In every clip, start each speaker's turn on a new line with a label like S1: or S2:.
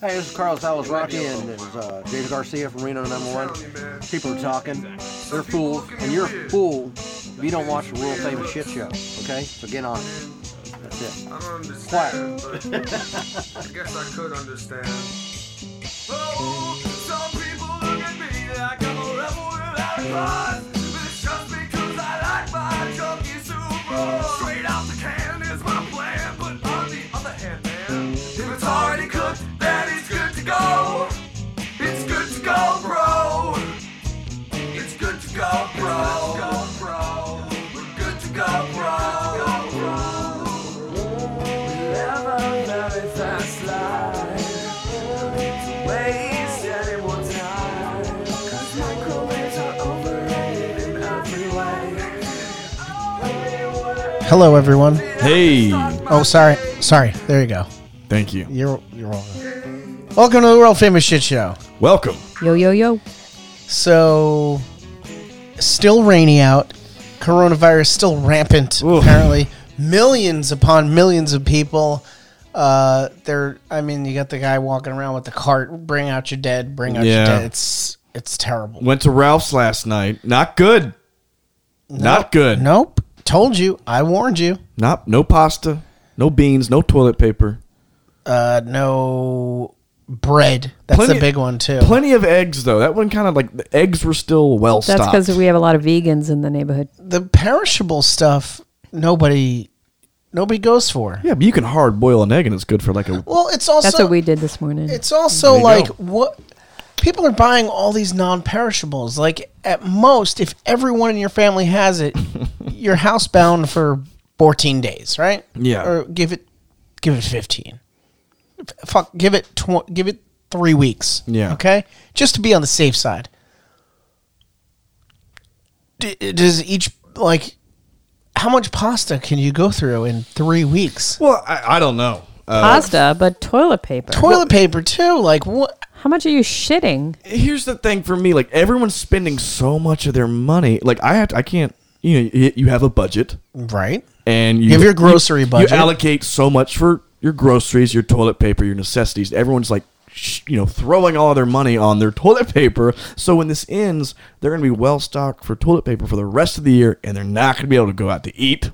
S1: Hey, this is Carlos Alice Rocky and it's uh, James Garcia from Reno Number One. People are talking, they're fools, and you're a fool if you don't watch the world famous shit show. Okay, so get on it. That's it.
S2: I don't understand, but I guess I could understand. Oh, some people look at me like I'm a rebel without a cause. But it's just because I like my junkie super. Straight out the can is my plan, but on the other hand, man, if it's already cooked, then it's good to go. It's good to go, bro. It's good to go, bro. We're good to go, bro. Never let it pass slide. Waste any more time. 'Cause microwaves are overrated in every way.
S3: Hello, everyone.
S4: Hey,
S3: Oh, sorry. Sorry. There you go.
S4: thank you.
S3: You're you're welcome. Welcome to the world famous shit show.
S4: Welcome.
S5: Yo, yo, yo.
S3: So, still rainy out. Coronavirus still rampant.
S4: Oof.
S3: Apparently, millions upon millions of people. Uh, they're. I mean, you got the guy walking around with the cart. Bring out your dead. Bring out
S4: Yeah.
S3: your dead. It's it's terrible.
S4: Went to Ralph's last night. Not good. Not good.
S3: Nope. Told you. I warned you.
S4: Not no pasta, no beans, no toilet paper.
S3: Uh, no bread. That's
S4: Plenty-
S3: a big one too.
S4: Plenty of eggs though. That one kind of like the eggs were still well
S5: That's
S4: stocked.
S5: because we have a lot of vegans in the neighborhood.
S3: the perishable stuff. Nobody. Nobody goes for.
S4: yeah, but you can hard boil an egg and it's good for like a
S3: Well, it's also
S5: That's what we did this morning.
S3: It's also
S4: you
S3: like
S4: go.
S3: what people are buying all these non-perishables. Like at most, if everyone in your family has it, you're housebound for 14 days, right?
S4: Yeah.
S3: Or give it, give it 15. F- Fuck, give it tw- give it three weeks.
S4: Yeah.
S3: Okay, just to be on the safe side. D- does each like? How much pasta can you go through in three weeks?
S4: Well, I, I don't know. Uh,
S5: pasta, but toilet paper.
S3: Toilet paper too. Like what?
S5: How much are you shitting?
S4: here's the thing for me like everyone's spending so much of their money. Like I have to, I can't you know you, you have a budget.
S3: Right.
S4: and you
S3: You have your grocery
S4: you-
S3: budget.
S4: You allocate so much for your groceries, your toilet paper, your necessities. Everyone's like, sh- you know, throwing all their money on their toilet paper. So when this ends, they're going to be well stocked for toilet paper for the rest of the year, and they're not going to be able to go out to eat,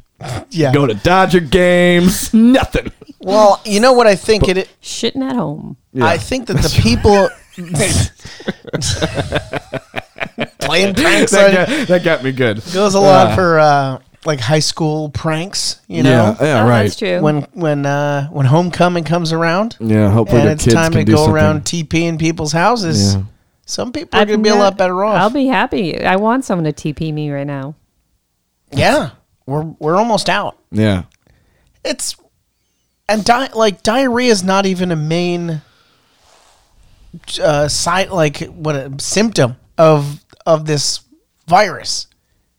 S3: Yeah.
S4: go to Dodger games, nothing.
S3: Well, you know what I think it.
S5: Shitting at home.
S3: I think that the people playing pranks on,
S4: That got, that got me good.
S3: goes a lot for uh, like high school pranks. You know,
S4: yeah, yeah,
S5: Oh,
S4: right.
S5: That's true.
S3: when when uh, when homecoming comes around
S4: Yeah, hopefully
S3: and
S4: the
S3: it's
S4: kids
S3: time
S4: can
S3: to
S4: do
S3: go
S4: something.
S3: around TP in people's houses.
S4: Yeah.
S3: Some people are
S5: I've
S3: gonna be a
S5: not-
S3: lot better off.
S5: I'll be happy. I want someone to TP me right now.
S3: yeah, we're we're almost out.
S4: Yeah,
S3: It's and di- like diarrhea is not even a main uh, side like what a symptom of of this virus.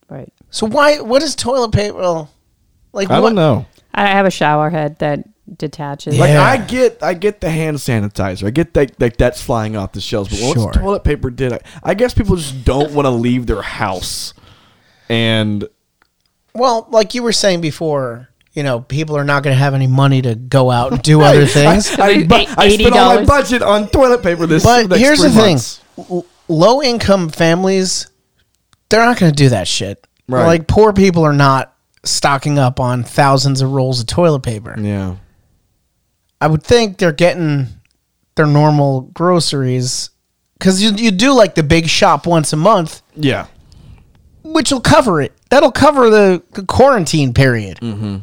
S5: Right.
S3: So why? What is toilet paper? Well, like
S4: I
S3: what,
S4: don't know.
S5: I have a shower head that detaches.
S3: Yeah.
S4: Like I get, I get the hand sanitizer. I get that, like that's flying off the shelves. But
S3: Sure.
S4: once toilet paper did, I, I guess people just don't want to leave their house. And
S3: Well, like you were saying before, you know, people are not going to have any money to go out and do other things.
S4: I, bu- I spent all my
S5: $80.
S4: budget on toilet paper this.
S3: But
S4: next
S3: here's
S4: three
S3: the thing:
S4: months.
S3: L- low-income families, they're not going to do that shit.
S4: Right.
S3: Like poor people are not stocking up on thousands of rolls of toilet paper.
S4: Yeah,
S3: I would think they're getting their normal groceries because you you do like the big shop once a month.
S4: yeah,
S3: which will cover it. That'll cover the the quarantine period.
S4: Mm-hmm.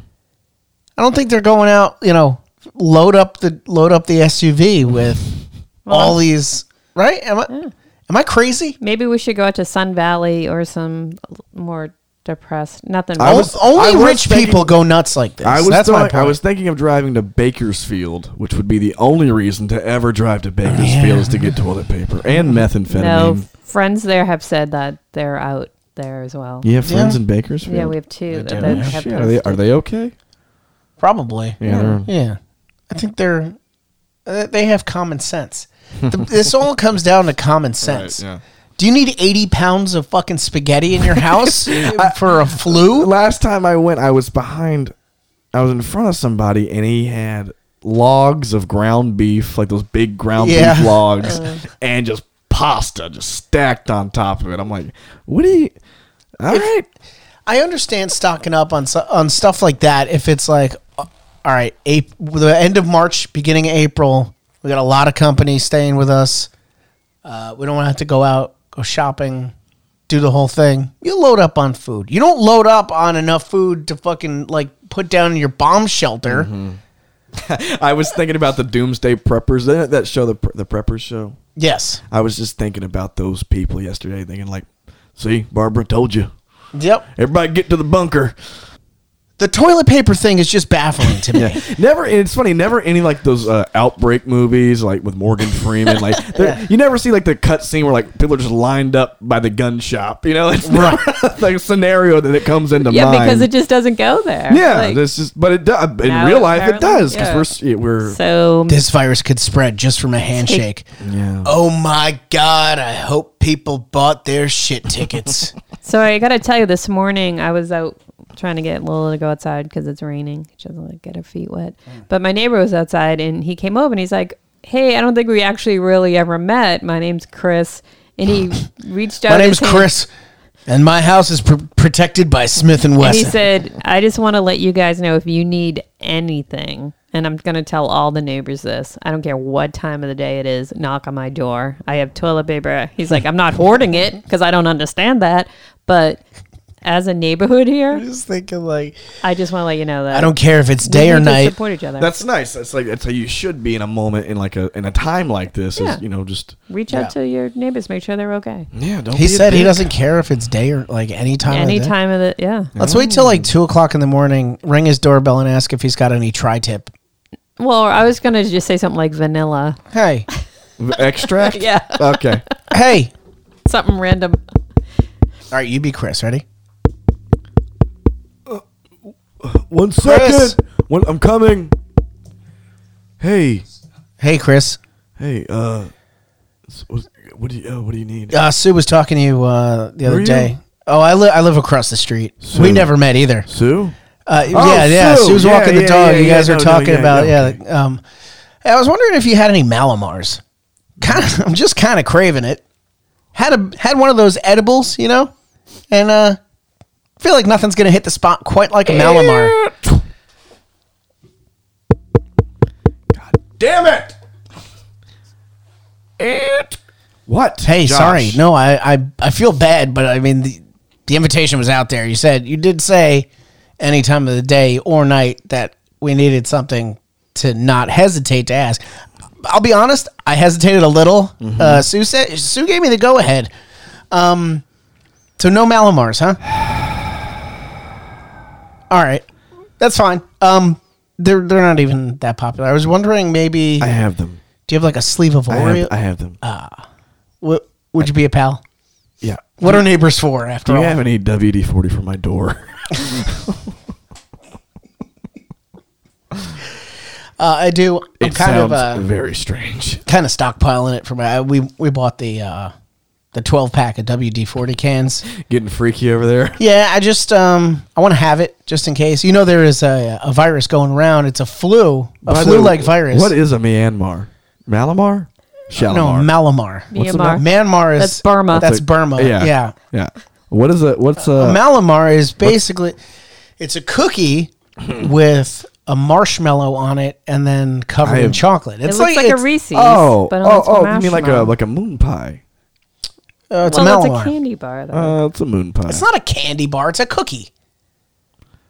S3: I don't think they're going out. You know, load up the load up the SUV with all these. Right? Am I am I crazy?
S5: Maybe we should go out to Sun Valley or some more depressed. Nothing.
S4: I
S3: O-
S4: was-
S3: only
S4: I was
S3: rich
S4: thinking-
S3: people go nuts like this.
S4: I was.
S3: That's my
S4: throwing-
S3: point.
S4: I was thinking of driving to Bakersfield, which would be the only reason to ever drive to Bakersfield is to get toilet paper and methamphetamine.
S5: no friends there have said that they're out there as well.
S4: You have friends
S3: Yeah.
S4: in Bakersfield.
S5: Yeah, we have
S3: do.
S5: two that, that have
S4: Shit, are they are
S5: posted.
S4: they okay?
S3: Probably.
S4: Yeah, they're-
S3: Yeah. I think they're uh, they have common sense. The, this all comes down to common sense.
S4: yeah.
S3: Do you need 80 pounds of fucking spaghetti in your house for a flu?
S4: last time I went, I was behind, I was in front of somebody, and he had logs of ground beef, like those big ground
S3: Yeah.
S4: beef logs, and just pasta just stacked on top of it. I'm like, what do you? All right,
S3: I understand stocking up on su- on stuff like that if it's like, uh, all right, Ap- the end of March, beginning of April, we got a lot of companies staying with us. Uh, we don't want to have to go out, go shopping, do the whole thing. You load up on food. You don't load up on enough food to fucking like put down in your bomb shelter.
S4: I was thinking about the Doomsday Preppers. That that show, the pre- the Preppers show.
S3: Yes.
S4: I was just thinking about those people yesterday, thinking like, see, Barbara told you.
S3: Yep.
S4: Everybody get to the bunker.
S3: The toilet paper thing is just baffling to me.
S4: Never, and it's funny. Never any like those uh, outbreak movies, like with Morgan Freeman. Like they're- you never see like the cut scene where like people are just lined up by the gun shop. You know, it's right. like a scenario that it comes into
S5: yeah,
S4: mind.
S5: because it just doesn't go there.
S4: yeah,
S5: Like,
S4: this is but it does in
S5: No,
S4: real life. It
S5: apparently,
S4: does
S5: yeah.
S4: because we're s-
S5: so
S3: this virus could spread just from a handshake.
S4: we're yeah.
S3: Oh my God, I hope people bought their shit tickets.
S5: So I got to tell you, this morning I was out trying to get Lola to go outside because it's raining. She doesn't want to get her feet wet. But my neighbor was outside and he came over and he's like, "Hey, I don't think we actually really ever met. My name's Chris." And he reached out.
S3: my name's
S5: his hand,
S3: Chris, and my house is pr- protected by Smith and
S5: And he
S3: Wesson.
S5: said, "I just want to let you guys know if you need anything." And I'm going to tell all the neighbors this. I don't care what time of the day it is. Knock on my door. I have toilet paper. He's like, I'm not hoarding it because I don't understand that. But as a neighborhood here,
S3: I was thinking like,
S5: I just want to let you know that
S3: I don't care if it's
S5: we
S3: day or
S5: need to
S3: night.
S5: Support each other.
S4: That's nice. That's like that's how you should be in a moment in like a in a time like this.
S5: Yeah.
S4: Is you know just
S5: Reach out to your neighbors, make sure they're okay.
S4: yeah. Don't
S3: He
S4: be a
S3: said he
S4: dick.
S3: doesn't care if it's day or like any time. of the
S5: Any
S3: day.
S5: time of the yeah.
S3: Let's wait till
S5: Mm.
S3: like two o'clock in the morning. Ring his doorbell and ask if he's got any tri-tip.
S5: Well, I was gonna just say something like vanilla,
S3: Hey,
S4: extract.
S5: Yeah.
S4: Okay.
S3: hey.
S5: something random.
S3: All right, you be Chris. Ready?
S4: One
S3: Chris!
S4: second. One, I'm coming. Hey.
S3: Hey, Chris.
S4: Hey, uh, s- what, what do you uh, what do you need?
S3: Uh, Sue was talking to you uh, the other
S4: you?
S3: day. Oh, I live. I live across the street. We
S4: Sue.
S3: never met either.
S4: Sue?
S3: Uh,
S4: Oh,
S3: yeah, yeah.
S4: Sue.
S3: She was
S4: Yeah,
S3: walking the
S4: yeah,
S3: dog.
S4: yeah,
S3: you
S4: yeah.
S3: guys
S4: No,
S3: were
S4: no,
S3: talking
S4: yeah,
S3: about
S4: yeah,
S3: yeah. like, um, I was wondering if you had any Malamars. Kind of, I'm just kind of craving it. Had a had one of those edibles, you know, and uh, feel like nothing's gonna hit the spot quite like a Malamar.
S4: Damn it! It. What?
S3: Hey,
S4: Josh?
S3: sorry, no, I, I I feel bad, but I mean the the invitation was out there. You said you did say any time of the day or night that we needed something to not hesitate to ask. I'll be honest, I hesitated a little.
S4: Mm-hmm.
S3: Uh, Sue said Sue gave me the go ahead. Um, so no Malamars, huh? All right, that's fine. Um, they're they're not even that popular. I was wondering maybe
S4: I have them.
S3: do you have like a sleeve of
S4: I have,
S3: Oreo?
S4: I have them.
S3: Wo- would you be a pal?
S4: yeah.
S3: What are neighbors for, after
S4: Do you
S3: all?
S4: have any WD forty for my door?
S3: Uh, I do. I'm
S4: it
S3: kind of uh,
S4: sounds very strange.
S3: kind of stockpiling it for my. I- We we bought the uh, the 12 pack of WD 40 cans.
S4: Getting freaky over there.
S3: Yeah, I just um I want to have it just in case. You know, there is a, a virus going around. It's a flu,
S4: By
S3: a
S4: the
S3: flu like
S4: way,
S3: virus.
S4: What is a Myanmar? Malamar? Shalimar.
S3: no Malamar?
S4: What's the
S5: Myanmar.
S3: Myanmar is
S5: That's Burma.
S3: That's
S4: Like-
S3: Burma. Yeah.
S4: Yeah. Uh, Yeah. What is it? What's a?
S3: Malamar is basically it's a cookie with a marshmallow on it and then covered in
S4: have-
S3: chocolate. It's
S5: it looks like,
S3: it's-
S5: a Reese's.
S4: oh,
S5: but
S4: oh,
S5: it's
S4: oh! You mean like a
S5: marshmallow.
S4: like a moon pie?
S3: uh, it's a
S5: well, it's
S3: Malamar.
S5: a candy bar though.
S4: Uh, it's a moon pie.
S3: It's not a candy bar. It's a cookie.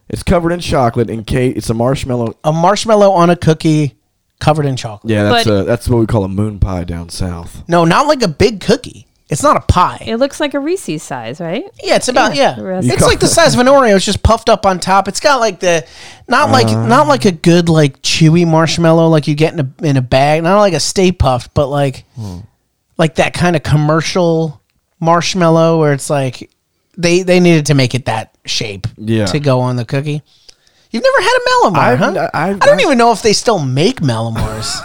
S4: It's covered in chocolate and cake. It's a marshmallow.
S3: A marshmallow on a cookie covered in chocolate.
S4: Yeah, that's
S5: But-
S4: a, that's what we call a moon pie down south.
S3: No, not like a big cookie. It's not a pie.
S5: it looks like a Reese's size, right?
S3: yeah, it's about yeah.
S5: the rest-
S3: It's like the size of an Oreo. It's just puffed up on top. It's got like the not like
S4: Uh.
S3: not like a good like chewy marshmallow like you get in a in a bag. Not like a Stay Puffed, but like
S4: Hmm.
S3: like that kind of commercial marshmallow where it's like they they needed to make it that shape
S4: Yeah.
S3: to go on the cookie. You've never had a Malamar,
S4: I've
S3: huh?
S4: n-
S3: I
S4: I've-
S3: don't even know if they still make Malamars.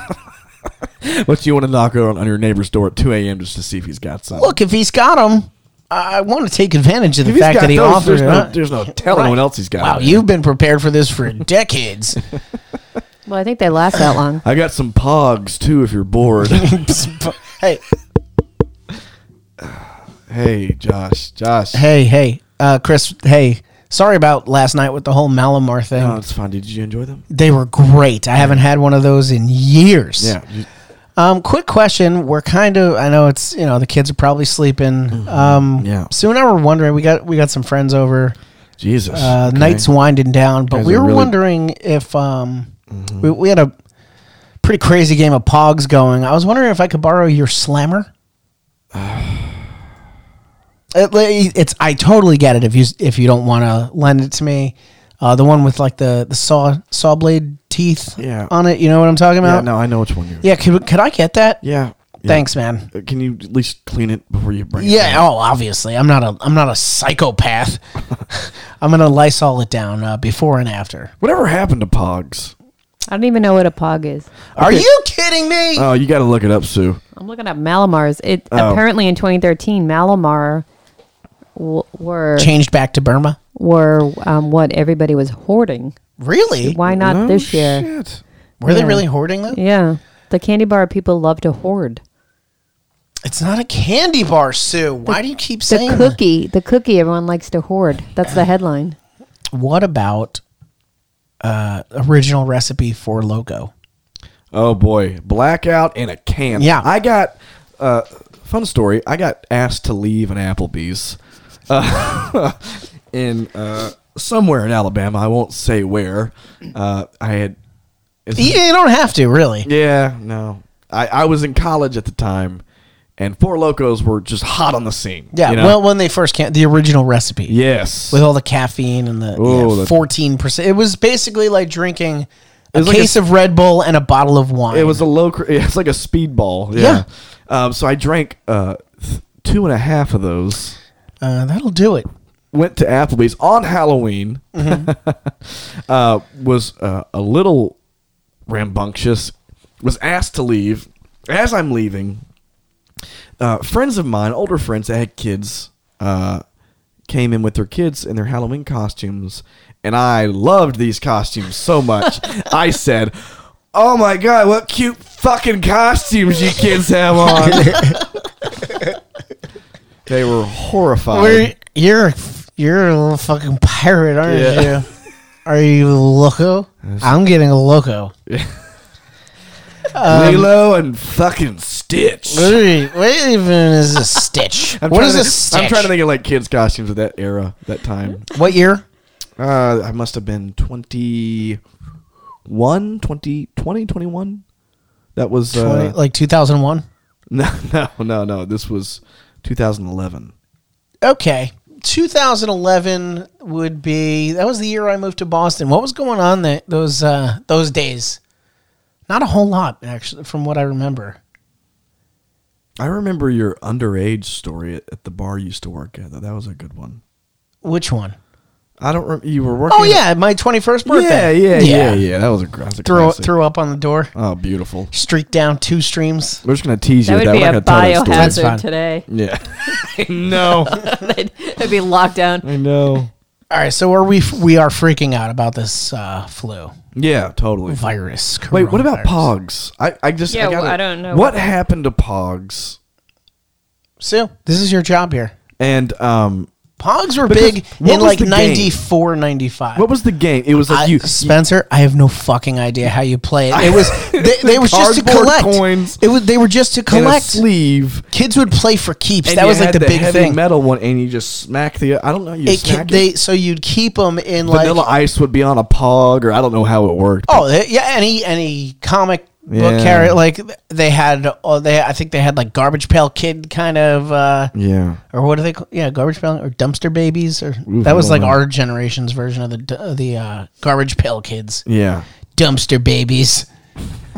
S4: What you want to knock on, on your neighbor's door at 2 a.m. just to see if he's got some?
S3: look, if he's got them, I want to take advantage of the
S4: if he's
S3: fact
S4: got
S3: that he
S4: those,
S3: offers.
S4: there's,
S3: it,
S4: no,
S3: huh?
S4: there's no telling
S3: Right.
S4: what else he's got.
S3: Wow,
S4: in there.
S3: you've been prepared for this for decades.
S5: Well, I think they last that long.
S4: I got some pogs too if you're bored.
S3: hey,
S4: hey, Josh. Josh.
S3: hey, hey, uh, Chris. Hey, sorry about last night with the whole Malamar thing.
S4: No, Oh, it's fine. Did you enjoy them?
S3: They were great. I haven't had one of those in years.
S4: You-
S3: Um, quick question. We're kind of. I know it's. You know, the kids are probably sleeping. Um,
S4: Mm-hmm. Yeah.
S3: Sue and I were wondering. We got we got some friends over.
S4: Jesus.
S3: Uh,
S4: Okay.
S3: Nights winding down, but
S4: Guys
S3: we
S4: are
S3: were
S4: really- Mm-hmm.
S3: wondering if um, we, we had a pretty crazy game of Pogs going. I was wondering if I could borrow your slammer. It- it's I totally get it if you if you don't want to lend it to me. Uh, the one with like the, the saw saw blade teeth
S4: Yeah.
S3: on it. You know what I'm talking
S4: Yeah,
S3: about?
S4: no, I know which one you're.
S3: Yeah, could, could I get that?
S4: Yeah. yeah.
S3: Thanks, man.
S4: Uh, Can you at least clean it before you bring it?
S3: Yeah, oh, obviously. I'm not a I'm not a psychopath. I'm going to Lysol it down uh, before and after.
S4: Whatever happened to pogs?
S5: I don't even know what a pog is.
S3: Are you kidding me?
S4: Oh, you got to look it up, Sue.
S5: I'm looking up Malamars. It apparently in 2013, Malamar w- were
S3: Changed back to Burma?
S5: were um, what everybody was hoarding.
S3: Really?
S5: Why not
S4: No
S5: this year?
S4: Shit.
S3: Were they
S5: Yeah.
S3: really hoarding them?
S5: Yeah, the candy bar people love to hoard.
S3: It's not a candy bar, Sue. Why do you keep
S5: The
S3: saying that?
S5: cookie, the cookie, everyone likes to hoard. That's the headline.
S3: What about uh, original recipe for logo?
S4: Oh boy, blackout in a can.
S3: Yeah.
S4: I got. Uh, fun story. I got asked to leave an Applebee's, uh, in uh, somewhere in Alabama. I won't say where. Uh, I had. it's-
S3: You, you don't have to, really.
S4: Yeah, no. I, I was in college at the time, and Four Locos were just hot on the scene.
S3: Yeah.
S4: you know?
S3: Well, when they first came, the original recipe.
S4: yes.
S3: With all the caffeine and the
S4: Oh, that-
S3: fourteen percent, it was basically like drinking a
S4: was like a
S3: case of Red Bull and a bottle of wine.
S4: It was a low. cr- It's like a speedball. Yeah. Um, so I drank uh, th- two and a half of those.
S3: uh, that'll do it.
S4: Went to Applebee's on Halloween. uh, was uh, a little rambunctious. Was asked to leave. As I'm leaving, uh, friends of mine, older friends that had kids, uh, came in with their kids in their Halloween costumes, and I loved these costumes so much. I said, "Oh my god, what cute fucking costumes you kids have on!" they were horrified.
S3: We're, you're you're a little fucking pirate, aren't
S4: Yeah.
S3: you? Are you loco? I'm getting loco. Um,
S4: Lilo and fucking Stitch.
S3: What even is a stitch?
S4: I'm
S3: what
S4: trying
S3: is
S4: to
S3: a
S4: thi-
S3: stitch?
S4: I'm trying to think of like kids' costumes of that era, that time.
S3: What year?
S4: Uh, I must have been 21, 20, 20, 21. That was uh,
S3: 20, like 2001.
S4: no, no, no, no. This was 2011.
S3: Okay, 2011 would be. That was the year I moved to Boston. What was going on that those uh, those days? Not a whole lot, actually, from what I remember.
S4: I remember your underage story at, at the bar you used to work at. though. That was a good one.
S3: Which one?
S4: I don't. Rem- you were working.
S3: Oh yeah, my 21st
S4: yeah,
S3: birthday.
S4: yeah, yeah, yeah, That was a, gr- that was a
S3: Threw
S4: classic.
S3: threw up on the door.
S4: Oh, beautiful.
S3: Streaked down two streams.
S4: We're just gonna tease you.
S5: That would
S4: with
S5: be
S4: We're
S5: a
S4: not gonna tell that
S3: That's
S4: story.
S3: fine.
S5: biohazard today.
S4: Yeah. no.
S5: They'd, they'd be locked down.
S4: I know.
S3: All right, so are we? We are freaking out about this uh, flu
S4: Yeah, totally.
S3: virus.
S4: Wait, what about
S3: coronavirus.
S4: Pogs? I, I just
S5: Yeah,
S4: I, gotta-
S5: I don't know.
S4: what happened to Pogs.
S3: Sue? This is your job here.
S4: And um,
S3: Pogs were
S4: Because
S3: big
S4: what
S3: in
S4: was
S3: like
S4: the game?
S3: 94, 95.
S4: what was the game? It was like
S3: I,
S4: you.
S3: Spencer, I have no fucking idea how you play it. It was they, they was just to
S4: Cardboard
S3: collect.
S4: coins.
S3: It was they were just to
S4: in a
S3: collect.
S4: sleeve.
S3: Kids would play for keeps.
S4: and
S3: that
S4: you
S3: was like
S4: had
S3: the big
S4: heavy
S3: thing.
S4: metal one, and you just smack the. I don't know. You
S3: It, ki-
S4: smack
S3: they
S4: it.
S3: so you'd keep them in
S4: Vanilla
S3: like
S4: Ice would be on a Pog, or I don't know how it worked.
S3: oh they- yeah any any comic book
S4: Yeah.
S3: character like they had oh they I think they had like garbage pail kid kind of uh,
S4: yeah.
S3: or what are they called? Yeah, garbage pail or dumpster babies or
S4: Ooh, I
S3: that was
S4: don't
S3: like
S4: know.
S3: our generation's version of the d- of the uh, garbage pail kids.
S4: Yeah.
S3: Dumpster babies.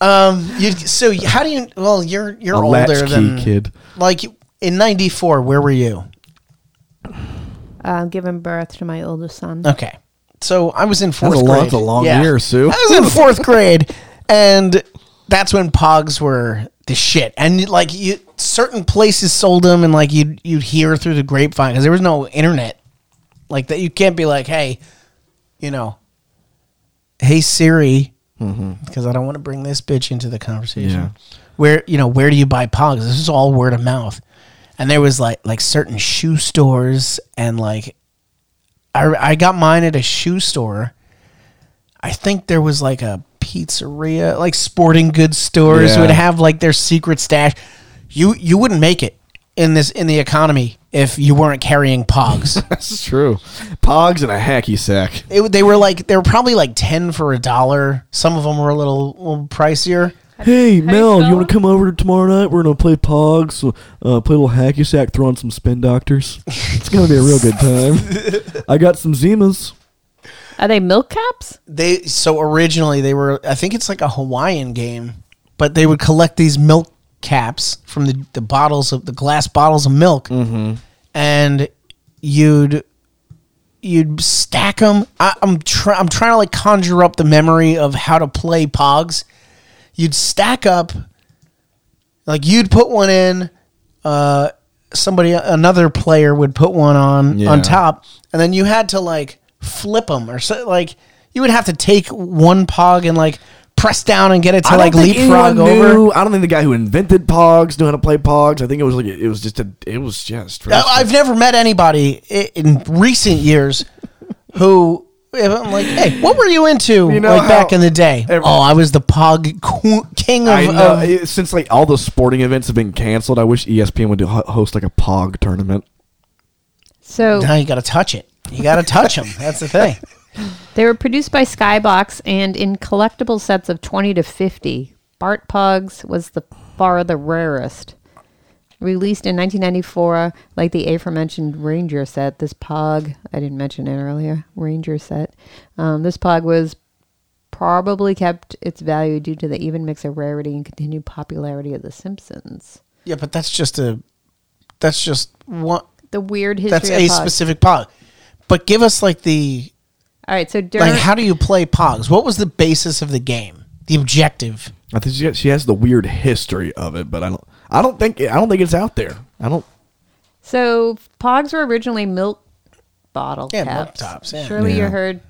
S3: um, you so y- how do you? Well, you're you're
S4: A
S3: older
S4: latchkey
S3: than
S4: kid.
S3: Like in '94, where were you?
S5: I'm giving birth to my oldest son.
S3: Okay, so I was in fourth
S4: a long-
S3: grade.
S4: that's a long year, Sue.
S3: I was in fourth grade, and that's when Pogs were the shit. And like you, certain places sold them, and like you you'd hear through the grapevine because there was no internet like that. You can't be like, hey, you know, hey Siri, because I don't want to bring this bitch into the conversation.
S4: Mm-hmm. Yeah.
S3: Where you know where do you buy pogs? This is all word of mouth, and there was like like certain shoe stores and like I I got mine at a shoe store. I think there was like a pizzeria, like sporting goods stores
S4: Yeah.
S3: would have like their secret stash. You you wouldn't make it in this in the economy if you weren't carrying pogs.
S4: That's true. Pogs and a hacky sack.
S3: it, w- they were like they were probably like 10 for a dollar some of them were a little, little pricier
S4: Hey, Mel,
S5: spell
S4: you want to come over tomorrow night? We're going to play Pogs, uh, play a little hacky sack, throw on some spin doctors. It's going to be a real good time. I got some Zimas.
S5: Are they milk caps?
S3: they so originally they were i think it's like a hawaiian game but they would collect these milk caps from the, the bottles of the glass bottles of milk and you'd you'd stack them I, i'm try, i'm trying to like conjure up the memory of how to play pogs you'd stack up like you'd put one in uh somebody another player would put one on
S4: Yeah.
S3: on top and then you had to like flip them or so like you would have to take one pog and like press down and get it to like leapfrog over
S4: I don't think the guy who invented Pogs knew how to play Pogs. I think it was like it was just a it was just.
S3: I- i've never met anybody i- in recent years who if I'm like, hey, what were you into
S4: You know
S3: like back
S4: how
S3: in the day?
S4: every-
S3: oh, I was the pog qu- king of,
S4: I know.
S3: of
S4: it- since like all the sporting events have been canceled, I wish E ESPN would do, ho- host like a Pog tournament.
S5: So
S3: Now you got to touch it. You got to touch them. That's the thing.
S5: they were produced by Skybox and in collectible sets of 20 to 50. Bart Pogs was the far the rarest. Released in 1994, like the aforementioned Ranger set, this Pog, I didn't mention it earlier, Ranger set, um, this Pog was probably kept its value due to the even mix of rarity and continued popularity of The Simpsons.
S3: Yeah, but that's just a that's just one
S5: The weird history
S3: that's
S5: of
S3: a
S5: Pogs.
S3: specific pog. But give us like the
S5: All right, so during,
S3: like how do you play pogs? What was the basis of the game? The objective.
S4: I think she has, she has the weird history of it, but I don't. I don't think I don't think it's out there. I don't.
S5: So pogs were originally milk bottle
S3: Yeah, milk
S5: caps.
S3: tops, yeah.
S5: Surely
S4: Yeah.
S5: you heard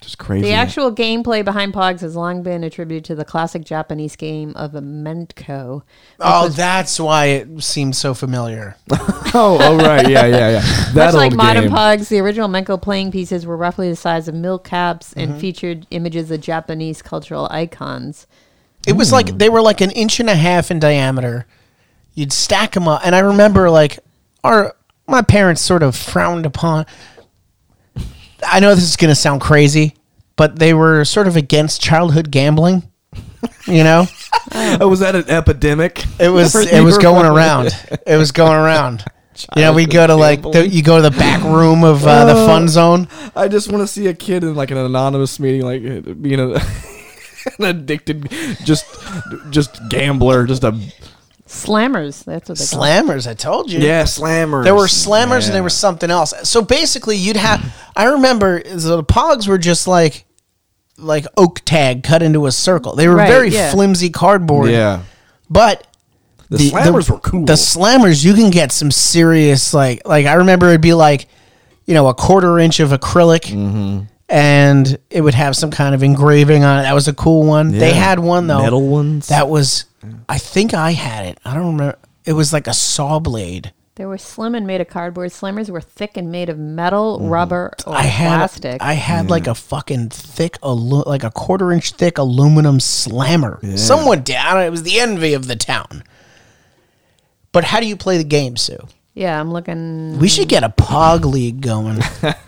S4: Just crazy.
S5: the actual gameplay behind pogs has long been attributed to the classic Japanese game of Menko.
S3: Oh, that's why it seemed so familiar.
S4: Oh, oh right, yeah, yeah, yeah. That
S5: Much like
S4: old
S5: modern
S4: game.
S5: pogs, the original Menko playing pieces were roughly the size of milk caps
S4: Mm-hmm.
S5: and featured images of Japanese cultural icons.
S3: It was like they were like an inch and a half in diameter. You'd stack them up, and I remember like our my parents sort of frowned upon. I know this is going to sound crazy, but they were sort of against childhood gambling. You know,
S4: Oh, was that an epidemic?
S3: it was
S4: Were
S3: it was
S4: you
S3: going
S4: right?
S3: around. It was going around. You know, we go to like the, you go to the back room of uh, the fun zone.
S4: I just want to see a kid in like an anonymous meeting, like being a, an addicted, just just gambler, just a
S5: Slammers, that's what they call.
S3: Slammers, I told you.
S4: yeah slammer.
S3: There were slammers and there was something else. So basically, you'd have. I remember the pogs were just like, like oak tag cut into a circle. They were
S5: Right,
S3: very
S5: yeah.
S3: flimsy cardboard.
S4: yeah.
S3: But
S4: The, slammers were cool.
S3: The slammers, you can get some serious like, like I remember it'd be like, you know, a quarter inch of acrylic.
S4: Mm-hmm.
S3: And it would have some kind of engraving on it. That was a cool one. They
S4: Yeah.
S3: had one though.
S4: Metal ones?
S3: That was, I think I had it. I don't remember. It was like a saw blade.
S5: They were slim and made of cardboard. Slammers were thick and made of metal,
S4: Mm.
S5: rubber, or
S3: I had
S5: plastic.
S3: I had like a fucking thick, alu- like a quarter inch thick aluminum slammer. Someone did. I don't- It was the envy of the town. But how do you play the game, Sue?
S5: yeah, I'm looking.
S3: We should get a Pog League going.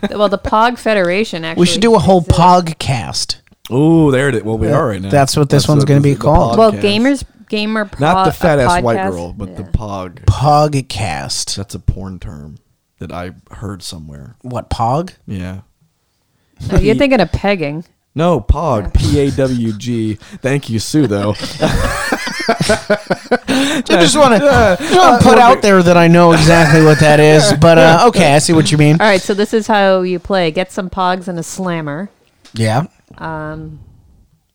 S5: Well, the Pog Federation actually.
S3: we should do a whole
S5: exists.
S3: Pog cast.
S4: oh, there it is. Well, we are right now.
S3: that's what this one's gonna
S4: the-
S3: be
S4: the
S3: called.
S5: Well,
S4: podcast.
S5: gamers, gamer, pro-
S4: not the fat
S5: a
S4: ass white
S5: podcast.
S4: girl, but the
S5: Yeah.
S4: pog.
S3: Pog cast.
S4: That's a porn term that I heard somewhere.
S3: What Pog?
S4: Yeah.
S5: Oh, you're thinking of pegging.
S4: No, Pog, P A W G. Thank you, Sue. Though
S3: I just want to put out there that I know exactly what that is. But uh, okay, I see what you mean.
S5: All right, so this is how you play: get some pogs and a slammer.
S3: Yeah. Um.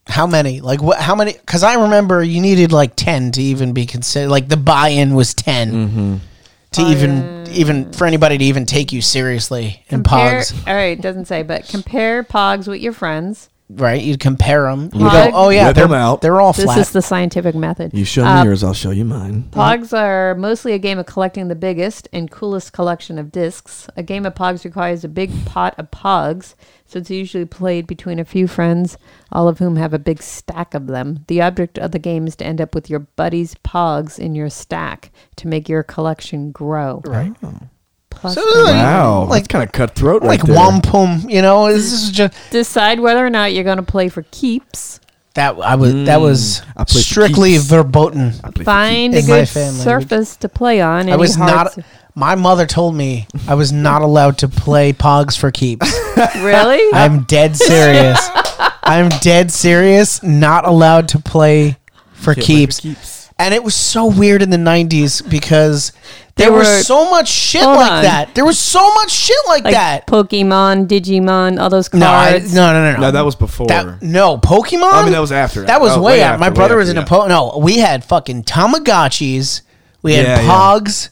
S3: How many? Like what? How many? Because
S4: Mm-hmm.
S3: I remember you needed like ten to even be considered. Like the buy-in was 10 To to even even for anybody to even take you seriously in
S5: Compare-
S3: pogs,
S5: All right, it doesn't say, but compare pogs with your friends.
S3: right? You'd compare them. You
S5: Pog.
S3: go, oh yeah,
S4: Whip
S3: they're
S4: 'em out.
S3: they're all
S5: This
S3: flat.
S5: is the scientific method.
S4: You show me
S5: Uh,
S4: yours, I'll show you mine.
S5: Pogs are mostly a game of collecting the biggest and coolest collection of discs. A game of Pogs requires a big pot of Pogs, so it's usually played between a few friends, all of whom have a big stack of them. The object of the game is to end up with your buddy's Pogs in your stack to make your collection grow. Right.
S3: Oh.
S5: Plus,
S3: So it's like,
S4: Wow,
S3: like-
S4: that's kind of cutthroat,
S3: like
S4: right there.
S3: wampum, you know. This
S5: Mm.
S3: is just
S5: decide whether or not you're going to play for keeps.
S3: that I was that was
S4: I play for
S3: strictly
S4: keeps.
S3: verboten.
S5: Find a
S3: In my
S5: good
S3: family, we-
S5: surface to play on.
S3: I
S5: any
S3: was
S5: hard
S3: not.
S5: s-
S3: My mother told me I was not allowed to play pogs for keeps.
S5: really.
S3: I'm dead serious. I'm dead serious. Not allowed to play for keeps.
S4: keeps.
S3: And it was so weird in the 90s because
S5: They
S3: there
S5: were-
S3: was so much shit
S5: Hold
S3: like
S5: on.
S3: that. There was so much shit like,
S5: like
S3: that.
S5: Pokemon, Digimon, all those cards.
S3: No, I, no, no, no, no.
S4: No, that was before.
S3: That- no, Pokemon.
S4: I mean, that was after that.
S3: That was
S4: Oh,
S3: way,
S4: way
S3: out.
S4: after,
S3: My
S4: way
S3: brother was
S4: after,
S3: in a po. No, we had fucking Tamagotchis. We had
S4: Yeah, yeah.
S3: Pogs,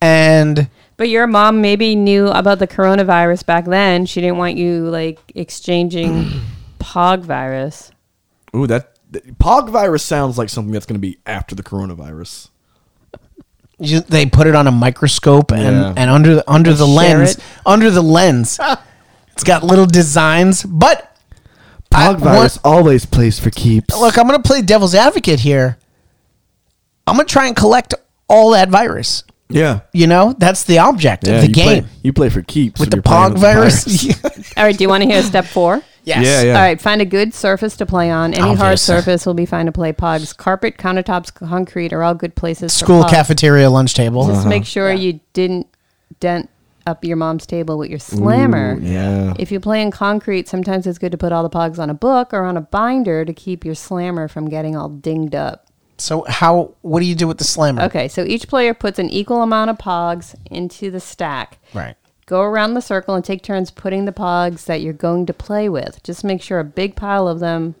S3: and
S5: But your mom maybe knew about the coronavirus back then. She didn't want you like exchanging pog virus.
S4: Ooh, that th- Pog virus sounds like something that's going to be after the coronavirus.
S3: you, they put it on a microscope and,
S4: Yeah.
S3: and under the, under the
S5: Share
S3: lens
S5: it. Ah.
S3: under the lens. it's got little designs, but I-
S4: Pog virus always plays for keeps.
S3: look, I'm gonna play devil's advocate here. I'm gonna try and collect all that virus.
S4: yeah,
S3: You know, that's the object
S4: yeah
S3: of the
S4: you
S3: game.
S4: Play, you play for keeps
S3: with
S4: when
S3: the
S4: you're playing
S3: Pog virus.
S5: All right, do you want to hear step four?
S3: yes.
S4: Yeah, yeah.
S5: All right, find a good surface to play on. Any hard
S3: Obvious.
S5: surface will be fine to play pogs. Carpet, countertops, concrete are all good places. for
S3: School
S5: pogs.
S3: cafeteria lunch table.
S4: Uh-huh.
S5: Just make sure you didn't dent up your mom's table with your slammer.
S4: yeah.
S5: If you play in concrete, sometimes it's good to put all the pogs on a book or on a binder to keep your slammer from getting all dinged up.
S3: So how? What do you do with the slammer?
S5: Okay, so each player puts an equal amount of pogs into the stack.
S3: Right.
S5: Go around the circle and take turns putting the pogs that you're going to play with. Just make sure a big pile of them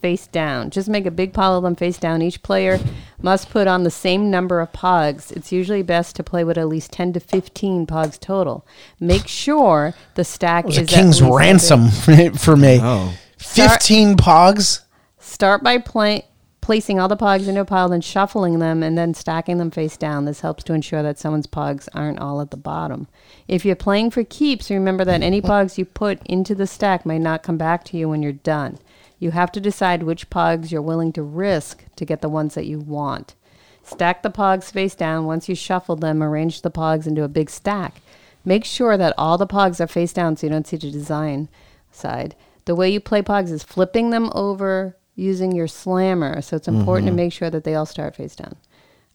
S5: face down. Just make a big pile of them face down. Each player must put on the same number of pogs. It's usually best to play with at least 10 to 15 pogs total. Make sure the stack
S3: It was
S5: is
S3: a
S5: at
S3: king's
S5: least-
S3: ransom for me.
S4: Oh.
S3: Fifteen pogs.
S5: Start by pla- placing all the pogs into a pile, then shuffling them, and then stacking them face down. This helps to ensure that someone's pogs aren't all at the bottom. If you're playing for keeps, remember that any pogs you put into the stack may not come back to you when you're done. You have to decide which pogs you're willing to risk to get the ones that you want. Stack the pogs face down. Once you shuffle them, arrange the pogs into a big stack. Make sure that all the pogs are face down so you don't see the design side. The way you play pogs is flipping them over using your slammer, so it's important
S3: Mm-hmm.
S5: to make sure that they all start face down.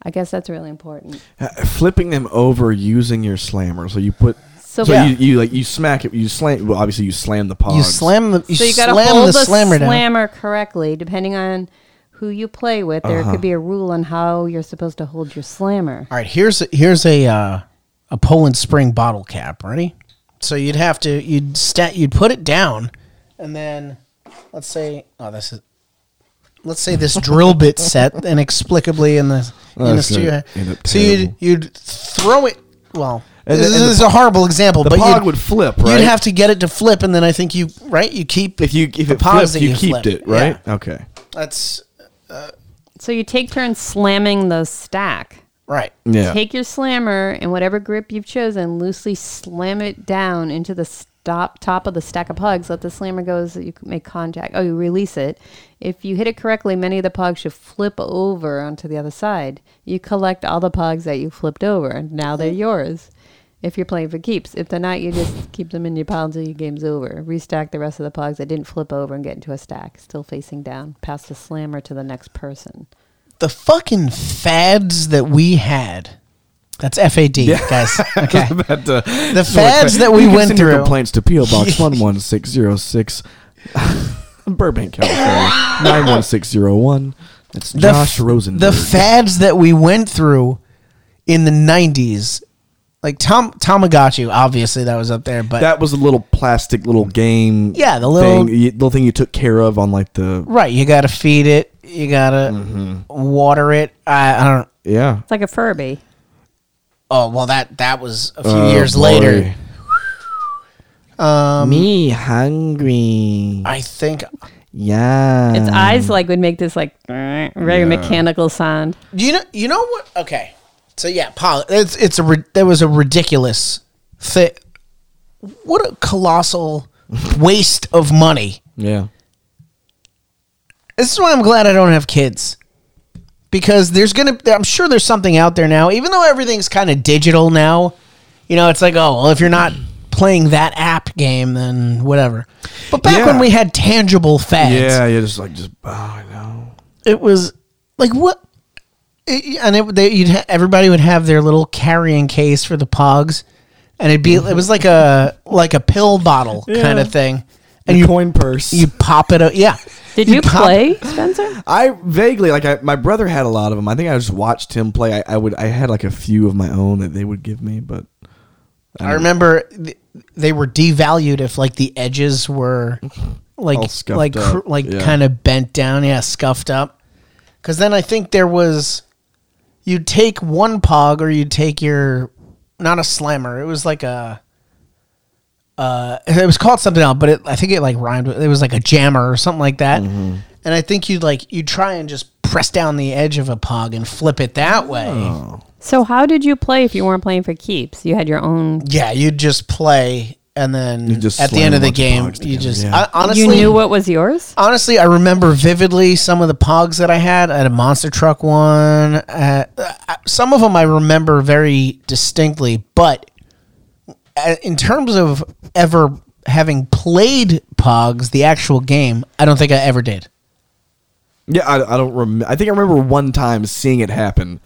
S5: I guess that's really important.
S4: Uh, Flipping them over using your slammer, so you put.
S5: So-
S4: So,
S5: Yeah.
S4: you, you like you smack it. You slam. Well, obviously you slam the pogs.
S3: You slam the. You,
S5: so you got to
S3: slam
S5: hold
S3: the
S5: the,
S3: slammer down.
S5: slammer correctly, depending on who you play with. There
S3: Uh-huh.
S5: could be a rule on how you're supposed to hold your slammer.
S3: All right, here's a, here's a uh, a Poland Spring bottle cap. Ready? So you'd have to you'd stat you'd put it down, and then let's say oh this is let's say this drill bit set inexplicably in the in the
S4: that's
S3: studio.
S4: gonna end up
S3: So you'd
S4: terrible.
S3: you'd throw it. Well,
S4: And
S3: this
S4: the- and the
S3: is a horrible example,
S4: The
S3: but
S4: pog
S3: you'd-
S4: would flip,
S3: You'd
S4: right?
S3: have to get it to flip, and then I think you right you keep
S4: if you if
S3: the
S4: it
S3: pogs
S4: flips,
S3: that
S4: you, keep
S3: flip.
S4: it right.
S3: Yeah.
S4: Okay.
S3: that's
S5: So you take turns slamming the stack.
S3: right.
S4: Yeah.
S5: Take your slammer and whatever grip you've chosen, loosely slam it down into the stop top of the stack of pugs. Let the slammer go so you can make contact. Oh, you release it. If you hit it correctly, many of the pugs should flip over onto the other side. You collect all the pugs that you flipped over. Now they're yours. If you're playing for keeps, if they're not, you just keep them in your pile until your game's over. Restack the rest of the pugs that didn't flip over and get into a stack, still facing down. Pass the slammer to the next person.
S3: the fucking fads that we had. That's F A D, guys. Okay.
S4: But, uh,
S3: The
S4: so like-
S3: fads that we
S4: you can
S3: went
S4: send your
S3: through.
S4: Complaints to PO Box one one six zero six, Burbank, California nine one six zero one. That's
S3: The
S4: Josh
S3: f-
S4: Rosenberg.
S3: The fads that we went through in the '90s, like Tom Tamagotchi, obviously that was up there, but
S4: that was a little plastic little game.
S3: Yeah, the little-
S4: thing, you- little thing you took care of on like the
S3: right, you got to feed it,
S4: Mm-hmm.
S3: you got to water it. I, I don't.
S4: yeah.
S5: It's like a Furby.
S3: Oh well, that that was a few
S4: Oh,
S3: years
S4: boy.
S3: later.
S4: Um,
S6: Me hungry.
S3: I think.
S6: Yeah.
S3: Um,
S5: Its eyes like would make this like very mechanical sound.
S3: You know. You know what? Okay. So yeah, Polly. It's it's a ri- there was a ridiculous thing. What a colossal waste of money.
S4: Yeah.
S3: This is why I'm glad I don't have kids. Because there's gonna, I'm sure there's something out there now. Even though everything's kind of digital now, you know, it's like, oh, well, if you're not playing that app game, then whatever. But back when
S4: Yeah.
S3: we had tangible fads,
S4: Yeah, yeah, just like just oh, I know.
S3: it was like what, it, and it they, you'd ha- everybody would have their little carrying case for the pogs, and it'd be
S4: Mm-hmm.
S3: it was like a like a pill bottle kind of thing, and you
S4: coin purse.
S3: you pop it, o- yeah.
S5: Did you,
S3: pop-
S5: play, Spencer?
S4: I vaguely like I, my brother had a lot of them. I think I just watched him play. I, I would I had like a few of my own that they would give me, but
S3: I remember th- they were devalued if like the edges were like
S4: All scuffed
S3: like cr-
S4: up,
S3: like
S4: yeah.
S3: kind of bent down, yeah, scuffed up. Cuz then I think there was you'd take one pog or you'd take your not a slammer. It was like a uh it was called something else, but it, I think it like rhymed with it was like a jammer or something like that.
S4: Mm-hmm.
S3: And I think you'd like you'd try and just press down the edge of a pog and flip it that way.
S4: Oh.
S5: So how did you play if you weren't playing for keeps? You had your own.
S3: Yeah, you'd just play, and then
S4: just
S3: at the
S4: slam
S3: end
S4: a
S3: of the
S4: bunch of
S3: game,
S4: pogs
S3: you
S4: together,
S3: just
S4: yeah.
S3: I, honestly.
S5: you knew what was yours.
S3: Honestly, I remember vividly some of the pogs that I had. I had a monster truck one. Uh, uh, some of them I remember very distinctly, but uh, in terms of ever having played pogs, the actual game, I don't think I ever did.
S4: yeah, I, I don't remember. I think I remember one time seeing it happen.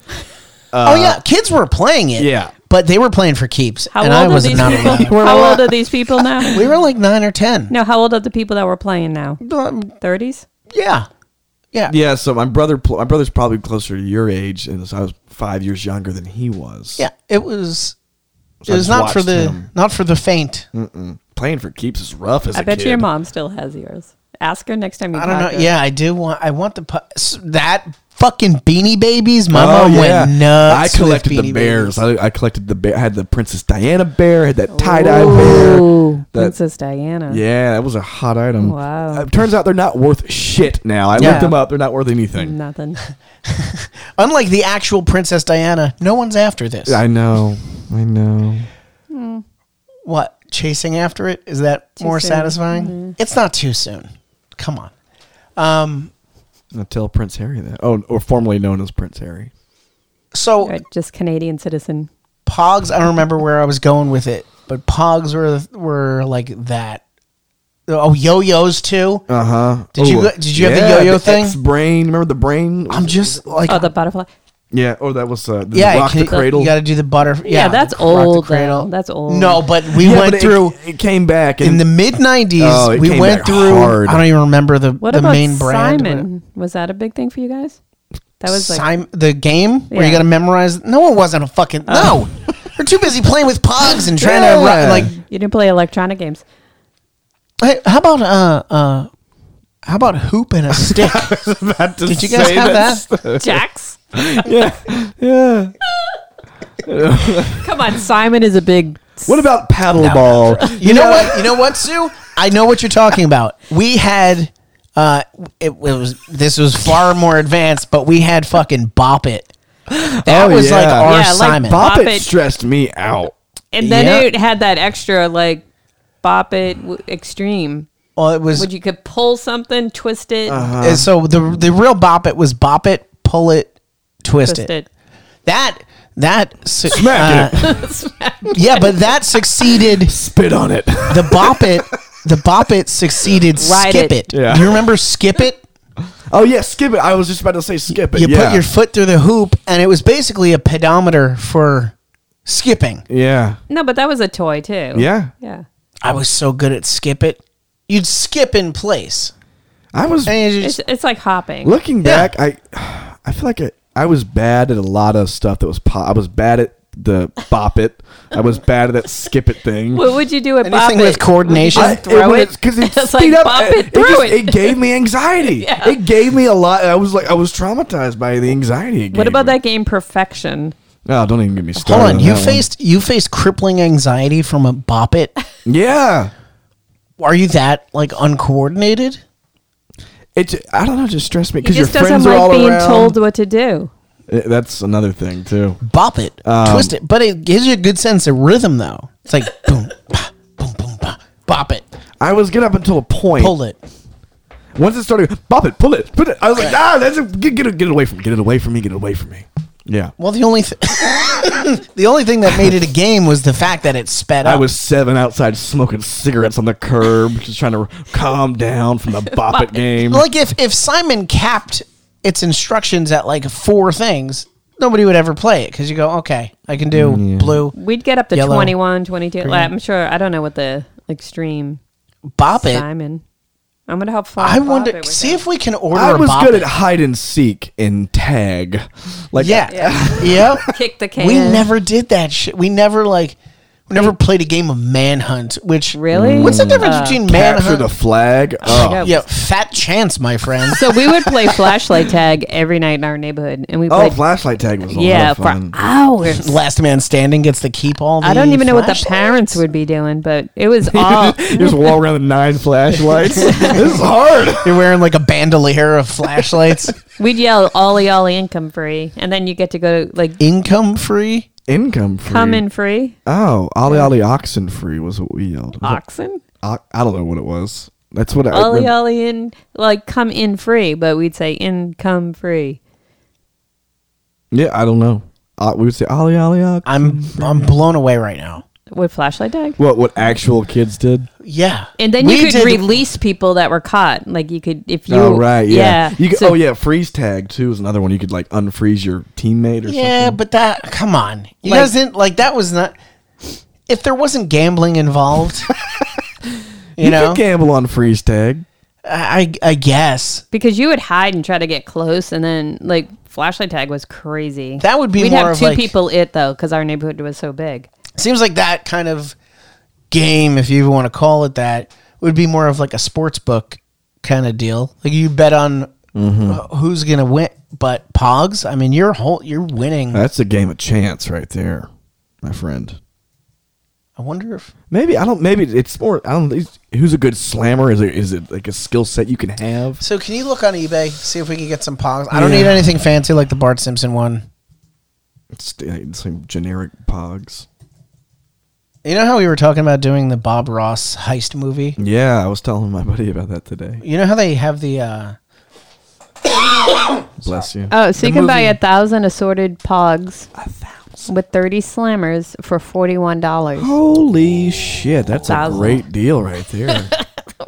S3: oh yeah, kids were playing it.
S4: Uh, yeah.
S3: but they were playing for keeps,
S5: How
S3: and
S5: old
S3: I
S5: are
S3: was
S5: these
S3: not allowed.
S5: people? How old are these people now?
S3: We were like nine or ten.
S5: No, how old are the people that were playing now?
S3: Um,
S5: Thirties.
S3: yeah, yeah,
S4: Yeah, so my brother pl- my brother's probably closer to your age, and so I was five years younger than he was.
S3: Yeah, it was.
S4: So
S3: it
S4: I
S3: was
S4: just
S3: not for
S4: watched
S3: the
S4: him. Mm.
S3: not for the faint.
S4: playing for keeps is rough as
S5: I
S4: a
S5: bet
S4: kid.
S5: you your mom still has yours. Ask her next time you.
S3: I don't
S5: talk
S3: know.
S5: to her.
S3: Yeah, I do want. I want the pu- s- that fucking Beanie Babies. My
S4: Oh,
S3: mom
S4: yeah.
S3: went nuts.
S4: I
S3: with
S4: collected the
S3: Beanie
S4: bears.
S3: Babies.
S4: I, I collected the bear. I had the Princess Diana bear. I had that tie dye bear.
S5: Ooh,
S4: That-
S5: Princess Diana.
S4: Yeah, that was a hot item.
S5: Wow.
S4: Uh, turns out they're not worth shit now. I
S3: Yeah.
S4: looked them up. They're not worth anything.
S5: Nothing.
S3: Unlike the actual Princess Diana, no one's after this.
S4: I know. I know.
S3: what chasing after it is that more
S5: soon. Mm-hmm.
S3: satisfying? It's not too soon. Come on. Um,
S4: Now tell Prince Harry that. Oh, or formerly known as Prince Harry.
S3: So
S5: Right, just Canadian citizen.
S3: Pogs, I don't remember where I was going with it, but Pogs were were like that. Oh, yo-yos too. Uh huh. Did you
S4: Ooh.
S3: go- did you have
S4: Yeah,
S3: the yo-yo thing?
S4: X brain. Remember the brain?
S3: I'm just like
S5: Oh, the butterfly.
S4: yeah. Oh, that was uh, the
S3: yeah,
S4: rock
S3: can-
S4: the cradle.
S3: You got to do the butter. Yeah,
S5: Yeah, that's
S3: rock the
S5: old,
S3: cradle.
S5: though. That's old.
S3: No, but we
S4: Yeah,
S3: went
S4: but it-
S3: through
S4: It, came back
S3: in
S4: and-
S3: the mid '90s.
S4: Oh, it
S3: we
S4: came
S3: went
S4: back
S3: through.
S4: hard.
S3: I don't even remember the
S5: What
S3: the
S5: about
S3: main brand. but-
S5: Simon? Was that a big thing for you guys? That was like
S3: Sim- the game where you
S5: Yeah. Oh.
S3: got to memorize. No, it wasn't a fucking no. We're too busy playing with pogs and trying to
S4: Yeah.
S3: ru- like.
S5: you didn't play electronic games.
S3: Hey, how about uh uh. How about hoop and a stick? Did you guys
S4: say
S3: have
S4: that's-
S3: that?
S5: Jax.
S4: yeah.
S5: Come on, Simon is a big.
S4: What about paddleball?
S3: You know what? You know what, Sue? I know what you're talking about. We had uh it, it was this was far more advanced, but we had fucking Bop It. That
S4: Oh,
S3: was like
S4: yeah.
S3: our
S5: Yeah, like
S3: Simon.
S5: Bop-
S4: Bop
S5: it.
S4: it stressed me out.
S5: And then
S3: Yeah.
S5: it had that extra like, bop it w- extreme.
S3: well, it was
S5: Would you could pull something, twist it,
S3: and so the the real Bop It was Bop It, pull it, twist,
S5: twist
S3: it.
S5: it.
S3: That that su-
S4: Smack
S3: uh, yeah, but that succeeded
S4: Spit on it.
S3: the Bop It. The Bop It succeeded
S5: Ride
S3: Skip
S5: it.
S3: It.
S4: Yeah.
S3: Do you remember Skip It?
S4: oh yeah, skip it. I was just about to say skip it.
S3: You
S4: yeah.
S3: put your foot through the hoop, and it was basically a pedometer for skipping.
S4: yeah.
S5: No, but that was a toy too.
S4: Yeah.
S5: Yeah.
S3: I was so good at skip it. You'd skip in place.
S4: I was
S3: And you
S5: It's,
S3: just,
S5: it's like hopping.
S4: looking back. I I feel like I, I was bad at a lot of stuff that was pop. I was bad at the bop it. I was bad at that skip it thing.
S5: What would you do at bop
S3: anything with
S5: it?
S3: coordination.
S5: I- throw it.
S4: because it,
S5: It's
S4: speed
S5: like
S4: up.
S5: bop it,
S4: it,
S5: throw
S4: just-
S5: it.
S4: it gave me anxiety.
S5: Yeah.
S4: It gave me a lot. I was like, I was traumatized by the anxiety. It
S5: What
S4: gave
S5: about
S4: me.
S5: that game Perfection?
S4: Oh, don't even get me started.
S3: Hold on, you
S4: that one.
S3: faced you faced crippling anxiety from a bop it.
S4: Yeah.
S3: Are you that like uncoordinated?
S4: It. I don't know. it Just stressed me
S5: He
S4: because your
S5: just doesn't
S4: friends are
S5: like
S4: all
S5: being
S4: around.
S5: told what to do.
S4: Eh, That's another thing too.
S3: Bop it, twist it, but it gives you a good sense of rhythm though. It's like boom, bah, boom, boom, bah, bop it,
S4: I was good up until a point.
S3: pull it.
S4: Once it started, bop it, pull it, put it. I was like, ah, that's a, get get it, get it away from me, get it away from me, get it away from me. Yeah.
S3: Well, the only th- the only thing that made it a game was the fact that it sped up.
S4: I was seven outside smoking cigarettes on the curb, just trying to calm down from the bop it game.
S3: like if if Simon capped its instructions at like four things, nobody would ever play it because you go, okay, I can do
S4: Mm,
S3: blue,
S5: We'd get up to
S3: Yellow,
S5: twenty one, twenty two. 21, 22. Well, I'm sure. I don't know what the extreme
S3: bop it.
S5: Simon. I'm gonna help.
S3: I wonder. See if we can order.
S4: I
S3: a
S4: was
S3: bop
S4: good
S3: it.
S4: at hide and seek and tag. Like
S3: Yeah. yep.
S5: kick the can.
S3: We never did that shit. We never like we never played a game of manhunt, which
S5: Really? Uh,
S3: What's the difference between
S4: capture
S3: manhunt?
S4: the flag. Oh,
S5: God.
S3: yeah, fat chance, my friend.
S5: So we would play flashlight tag every night in our neighborhood, and we
S4: oh,
S5: played.
S4: flashlight tag was a
S5: yeah,
S4: lot of
S5: for
S4: fun.
S5: hours.
S3: Last man standing gets to keep all. The
S5: I don't even know what the
S3: flashlights.
S5: parents would be doing, but it was all.
S4: you just walk around with nine flashlights. this is hard.
S3: You're wearing like a bandolier of flashlights.
S5: we'd yell "Ollie Ollie income free," and then you get to go like
S3: Income free.
S4: Income free.
S5: come in free
S4: Oh, Ollie Ollie Oxen Free was what we yelled. Was it
S5: oxen.
S4: o- I don't know what it was. That's what I.
S5: Ollie
S4: rem-
S5: Ollie in like come in free, but we'd say income free.
S4: Yeah, I don't know. Uh, we would say Ollie Ollie Ox.
S3: I'm I'm blown away right now.
S5: With flashlight tag?
S4: What what actual kids did?
S3: Yeah.
S5: And then
S3: We
S5: you could
S3: did-
S5: release people that were caught. Like you could, if you,
S4: oh right, yeah. You could,
S5: so
S4: oh yeah, freeze tag too is another one. You could like unfreeze your teammate or
S3: Yeah,
S4: something.
S3: but that come on. You
S5: Like-
S3: guys didn't like that was not if there wasn't gambling involved. you,
S4: You,
S3: know?
S4: could gamble on freeze tag.
S3: I I guess.
S5: because you would hide and try to get close, and then like flashlight tag was crazy.
S3: That would be
S5: We'd
S3: more
S5: have
S3: of,
S5: two
S3: like-
S5: people it though, because our neighborhood was so big.
S3: Seems like that kind of game, if you even want to call it that, would be more of like a sports book kind of deal. Like you bet on uh, who's gonna win, but Pogs. I mean, you're whole, you're winning.
S4: That's a game of chance right there, my friend.
S3: I wonder if
S4: Maybe I don't. Maybe it's more. I don't. it's- Who's a good slammer? Is it is it like a skill set you can have?
S3: so. Can you look on eBay see if we can get some Pogs? I don't
S4: Yeah.
S3: need anything fancy like the Bart Simpson one.
S4: It's, it's some generic pogs.
S3: You know how we were talking about doing the Bob Ross heist movie?
S4: Yeah, I was telling my buddy about that today.
S3: You know how they have the uh,
S4: Bless you.
S5: Oh, so you can buy a thousand assorted pogs with thirty slammers for forty one dollars.
S4: Holy shit, that's a
S5: thousand.
S4: great deal right there.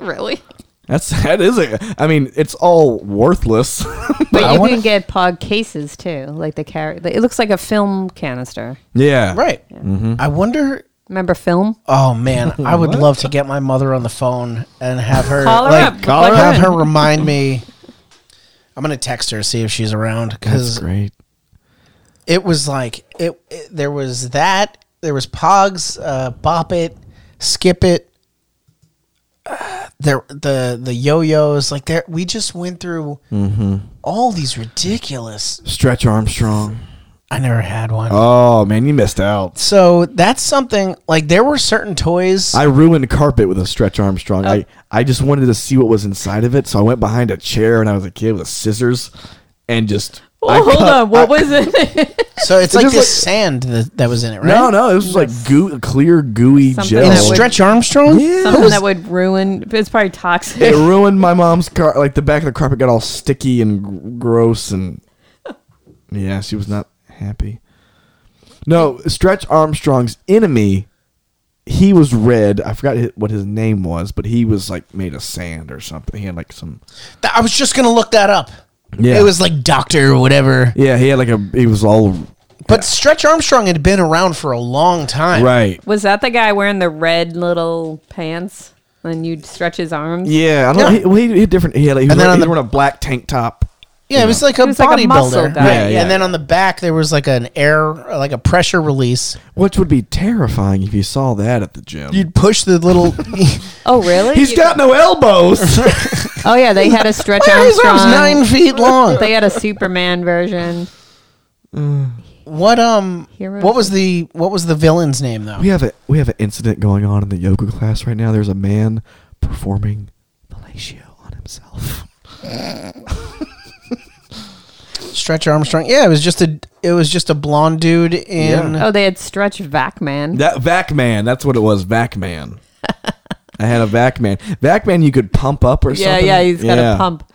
S5: really?
S4: that's that is a. I mean, it's all worthless.
S5: But
S3: I
S5: you
S3: wonder-
S5: can get pog cases too, like the car. It looks like a film canister.
S4: yeah,
S3: right? I wonder.
S5: Remember film?
S3: Oh man, I would love to get my mother on the phone and have her
S5: Call her
S3: like,
S5: up, Call her
S3: have
S5: up.
S3: her remind me. I'm gonna text her see if she's around
S4: That's
S3: because
S4: great.
S3: it was like it, it- There was that. There was Pogs, uh, Bop It, Skip It. Uh, there the the yo-yos like there we just went through
S4: Mm-hmm.
S3: all these ridiculous.
S4: Stretch Armstrong.
S3: I never had one.
S4: Oh man, you missed out.
S3: So that's something like there were certain toys.
S4: I ruined carpet with a Stretch
S5: Oh.
S4: Armstrong. I I just wanted to see what was inside of it, so I went behind a chair when I was a kid with a scissors, and just. I
S5: Oh, hold
S4: cut-
S5: on. What
S4: I-
S5: was it?
S3: so it's
S4: It
S3: like
S4: just
S3: this
S4: like-
S3: sand that, that was in it, right?
S4: No, no, this was like goo, clear, gooey
S5: Something
S4: gel.
S3: And
S5: that
S3: it's
S5: would-
S3: Stretch Armstrong.
S4: Yeah.
S5: Something that would ruin. It's probably toxic.
S4: it ruined my mom's car. Like the back of the carpet got all sticky and gr- gross, and yeah, she was not happy. No, Stretch Armstrong's enemy, he was red. I forgot hi- what his name was, but he was like made of sand or something. He had like some.
S3: Th- I was just gonna look that up.
S4: Yeah.
S3: It was like Doctor or whatever.
S4: Yeah, he had like a. He was all
S3: But Stretch Armstrong had been around for a long time.
S4: right.
S5: Was that the guy wearing the red little pants? And you'd stretch his arms.
S4: Yeah, I don't.
S3: Yeah.
S4: He, well, he, he had different. He had. He
S3: And
S4: was,
S3: then
S4: wearing-
S3: on
S4: he
S3: the-
S4: was wearing a black tank top.
S3: Yeah, it was like a
S5: was like a muscle
S3: bodybuilder.
S5: guy.
S3: Right,
S4: Yeah, yeah.
S3: And then on the back there was like an air, like a pressure release.
S4: Which would be terrifying if you saw that at the gym.
S3: You'd push the little.
S5: Oh, really?
S4: He's
S5: You-
S4: got no elbows.
S5: Oh yeah, they had a stretch
S3: his arm's
S5: Armstrong.
S3: nine feet long.
S5: They had a Superman version.
S3: What um
S5: Heroes
S3: what was the what was the villain's name though?
S4: We have a we have an incident going on in the yoga class right now. There's a man performing fellatio on himself.
S3: Stretch Armstrong. Yeah, it was just a it was just a blonde dude in
S5: Oh, they had stretch vac man.
S4: That vac man, that's what it was. Vac man. I had a vac man. Vac man, you could pump up or
S5: yeah,
S4: something.
S5: yeah, he's got
S4: Yeah.
S5: a pump.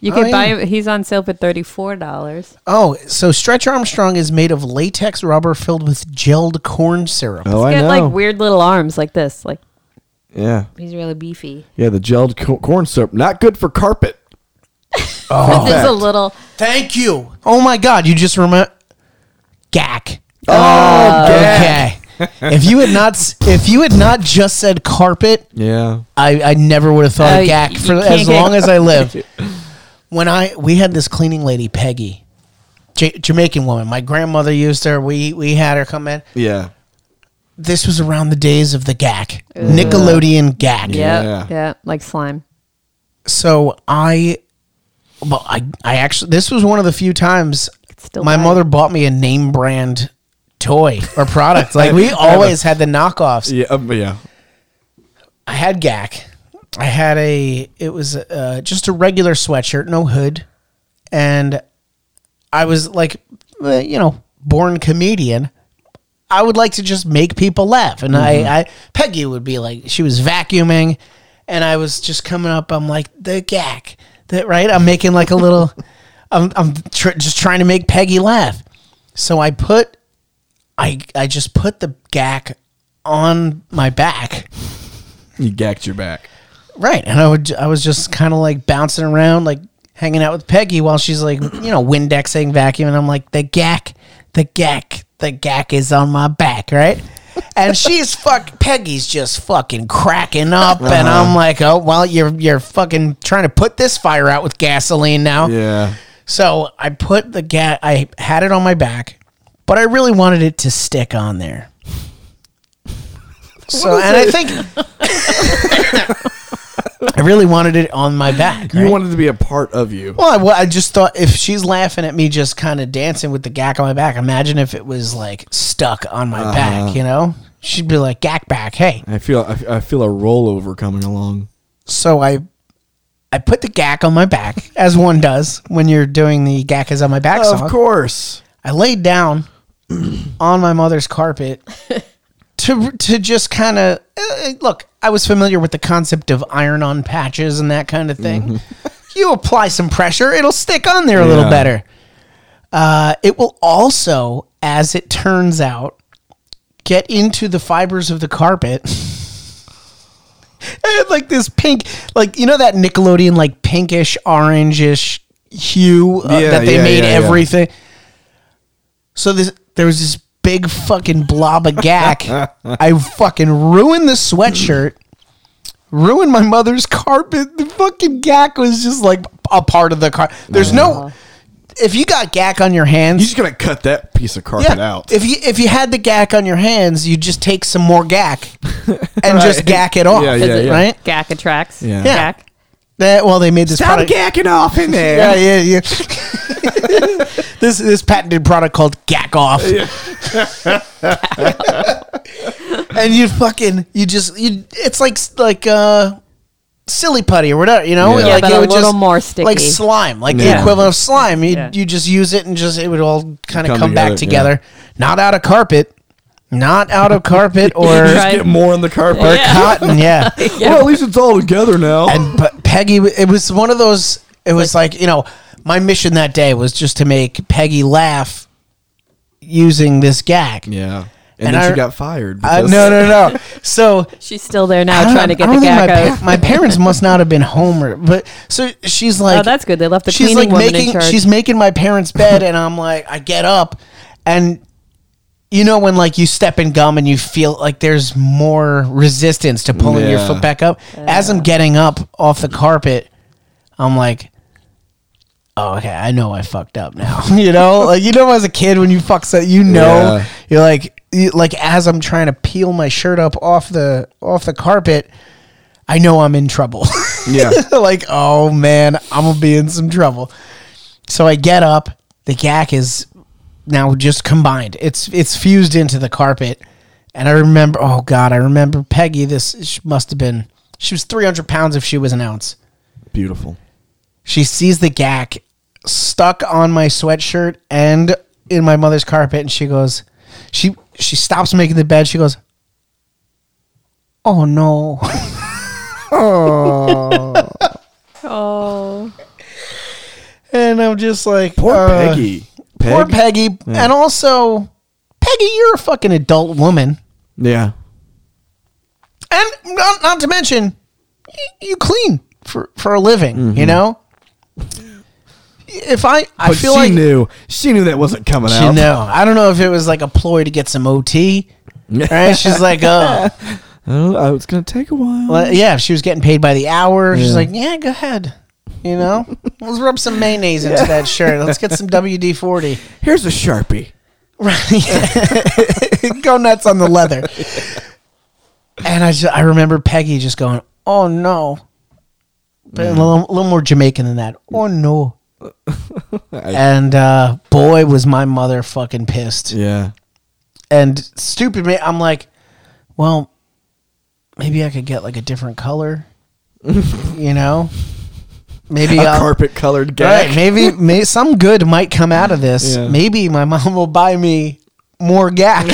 S5: You
S3: Oh,
S5: could buy
S3: yeah.
S5: him. He's on sale for thirty four dollars.
S3: Oh, so Stretch Armstrong is made of latex rubber filled with gelled corn syrup.
S4: Oh, I
S5: He's
S4: know.
S5: got like weird little arms like this. Like
S4: yeah,
S5: he's really beefy.
S4: yeah. The gelled co- corn syrup, not good for carpet. Oh,
S5: But there's a
S4: Fact.
S5: little.
S3: Thank you. Oh my God, you just remember Gack.
S5: Oh,
S3: okay. if you had not s- if you had not just said carpet,
S4: Yeah.
S3: I, I never would have thought
S5: Oh,
S3: of
S5: you-
S3: Gack
S5: you
S3: for
S5: can't
S3: as
S5: get-
S3: long as I live. When I we had this cleaning lady Peggy, J- Jamaican woman. My grandmother used her. We we had her come in.
S4: Yeah.
S3: This was around the days of the Gack, Nickelodeon Gack.
S5: Yeah,
S4: Yeah.
S5: yeah, like slime.
S3: So I, well, I I actually this was one of the few times
S5: still
S3: my
S5: buy
S3: mother
S5: it.
S3: bought me a name brand toy or product. Like we always had the knockoffs.
S4: Yeah. um, yeah.
S3: I had Gak. I had a it was uh, just a regular sweatshirt, no hood, and I was like, uh, you know, born comedian. I would like to just make people laugh, and I, I Peggy would be like, she was vacuuming, and I was just coming up. I'm like the Gak, that right? I'm making like a little, I'm I'm tr- just trying to make Peggy laugh. So I put, I I just put the Gak on my back.
S4: You gacked your back.
S3: Right, and I would I was just kind of like bouncing around, like hanging out with Peggy while she's like, you know, Windexing, vacuum, and I'm like, the gack, the gack, the gack is on my back, right? And she's fuck Peggy's just fucking cracking up, and I'm like, oh well, you're you're fucking trying to put this fire out with gasoline now.
S4: Yeah.
S3: So I put the gat. I had it on my back, but I really wanted it to stick on there. So and I think I really wanted it on my back.
S4: You
S3: right?
S4: wanted to be a part of you.
S3: well, I, well, I just thought if she's laughing at me, just kind of dancing with the gack on my back. Imagine if it was like stuck on my
S4: Uh-huh.
S3: back. You know, she'd be like, "Gack back, hey."
S4: I feel I, I feel a rollover coming along.
S3: so I I put the gack on my back, as one does when you're doing the gack is on my back song.
S4: Of course.
S3: I laid down on my mother's carpet to to just kind of uh, look. I was familiar with the concept of iron-on patches and that kind of thing. you apply some pressure, it'll stick on there a little
S4: Yeah.
S3: better. Uh, it will also, as it turns out, get into the fibers of the carpet. I had like this pink, like you know that Nickelodeon like pinkish orangish hue uh,
S4: Yeah,
S3: that they
S4: yeah,
S3: made
S4: yeah, yeah.
S3: everything. So this there was this big fucking blob of gack. I fucking ruined the sweatshirt, ruined my mother's carpet. The fucking gack was just like a part of the car. There's
S4: Uh-huh.
S3: no if you got gack on your hands.
S4: You just gotta cut that piece of carpet out.
S3: If you if you had the gack on your hands, you just take some more gack and just gack it off.
S4: Yeah, yeah, yeah.
S3: Right?
S5: Gack attracts.
S4: Yeah.
S3: Yeah.
S5: Gack.
S3: That, well, they made this
S4: Stop
S3: product.
S4: gacking off in there.
S3: Yeah, yeah, yeah. this this patented product called Gack Off. and you fucking you just you it's like like uh silly putty or whatever, you know?
S4: Yeah.
S5: Yeah,
S3: like
S5: but
S3: it
S5: a
S3: would
S5: little
S3: just-
S5: more sticky.
S3: Like slime, like the
S4: Yeah.
S3: equivalent of slime. You
S5: Yeah.
S3: you just use it and just it would all kind of
S4: Come
S3: come, back
S4: together, yeah.
S3: together. Not out of carpet. Not out of carpet or
S4: Just get more on the carpet.
S3: or cotton, yeah.
S4: Well, at least it's all together now.
S3: And but Peggy, it was one of those. It was like you know, my mission that day was just to make Peggy laugh using this gag.
S4: yeah. And,
S3: And
S4: then
S3: I-
S4: she got fired.
S3: Uh,
S4: because-
S3: no, no, no. So
S5: She's still there
S3: I
S5: now,
S3: don't-
S5: trying to
S3: I
S5: get the
S3: don't think
S5: gack
S3: my,
S5: out.
S3: pa- my parents must not have been home, or, but so she's like,
S5: oh, that's good. They left the
S3: she's
S5: cleaning
S3: like
S5: woman
S3: making
S5: in charge.
S3: she's making my parents' bed, and I'm like, I get up, and you know when like you step in gum and you feel like there's more resistance to pulling your
S4: Yeah.
S3: foot back up. As I'm getting up off the carpet, I'm like. Oh, okay. I know I fucked up now. you know, like you know, as a kid, when you fuck, so you know,
S4: Yeah.
S3: you're like, you, like as I'm trying to peel my shirt up off the off the carpet, I know I'm in trouble.
S4: Yeah.
S3: like, oh man, I'm gonna be in some trouble. So I get up. The gack is now just combined. It's it's fused into the carpet. And I remember, oh god, I remember Peggy. This she must have been. She was three hundred pounds if she was an ounce.
S4: Beautiful.
S3: She sees the gack stuck on my sweatshirt and in my mother's carpet, and she goes, she she stops making the bed. She goes, oh no.
S5: Oh,
S3: And I'm just like,
S4: Poor
S3: uh,
S4: Peggy. Peg?
S3: Poor Peggy. And also, Peggy, you're a fucking adult woman.
S4: Yeah.
S3: And not, not to mention, y- you clean for, for a living, you know? If I, I
S4: Mm-hmm. But
S3: feel
S4: she
S3: like.
S4: knew. She knew that wasn't coming
S3: She
S4: out.
S3: know. I don't know if it was like a ploy to get some OT. Right? She's like, oh,
S4: Oh, oh, it's gonna take a while.
S3: well, yeah. If she was getting paid by the hour, she's like, yeah, go ahead. You know, let's rub some mayonnaise into that shirt. Let's get some WD forty.
S4: Here's a sharpie.
S3: Right. Go nuts on the leather. And I just, I remember Peggy just going, "Oh no," but a, little, a little more Jamaican than that. Oh no. and uh, boy, was my mother fucking pissed.
S4: Yeah.
S3: And stupid me, I'm like, well, maybe I could get like a different color. you know, maybe
S4: A
S3: I'll-
S4: carpet colored gag.
S3: Right. Maybe, may some good might come out of this.
S4: Yeah.
S3: Maybe my mom will buy me more gack.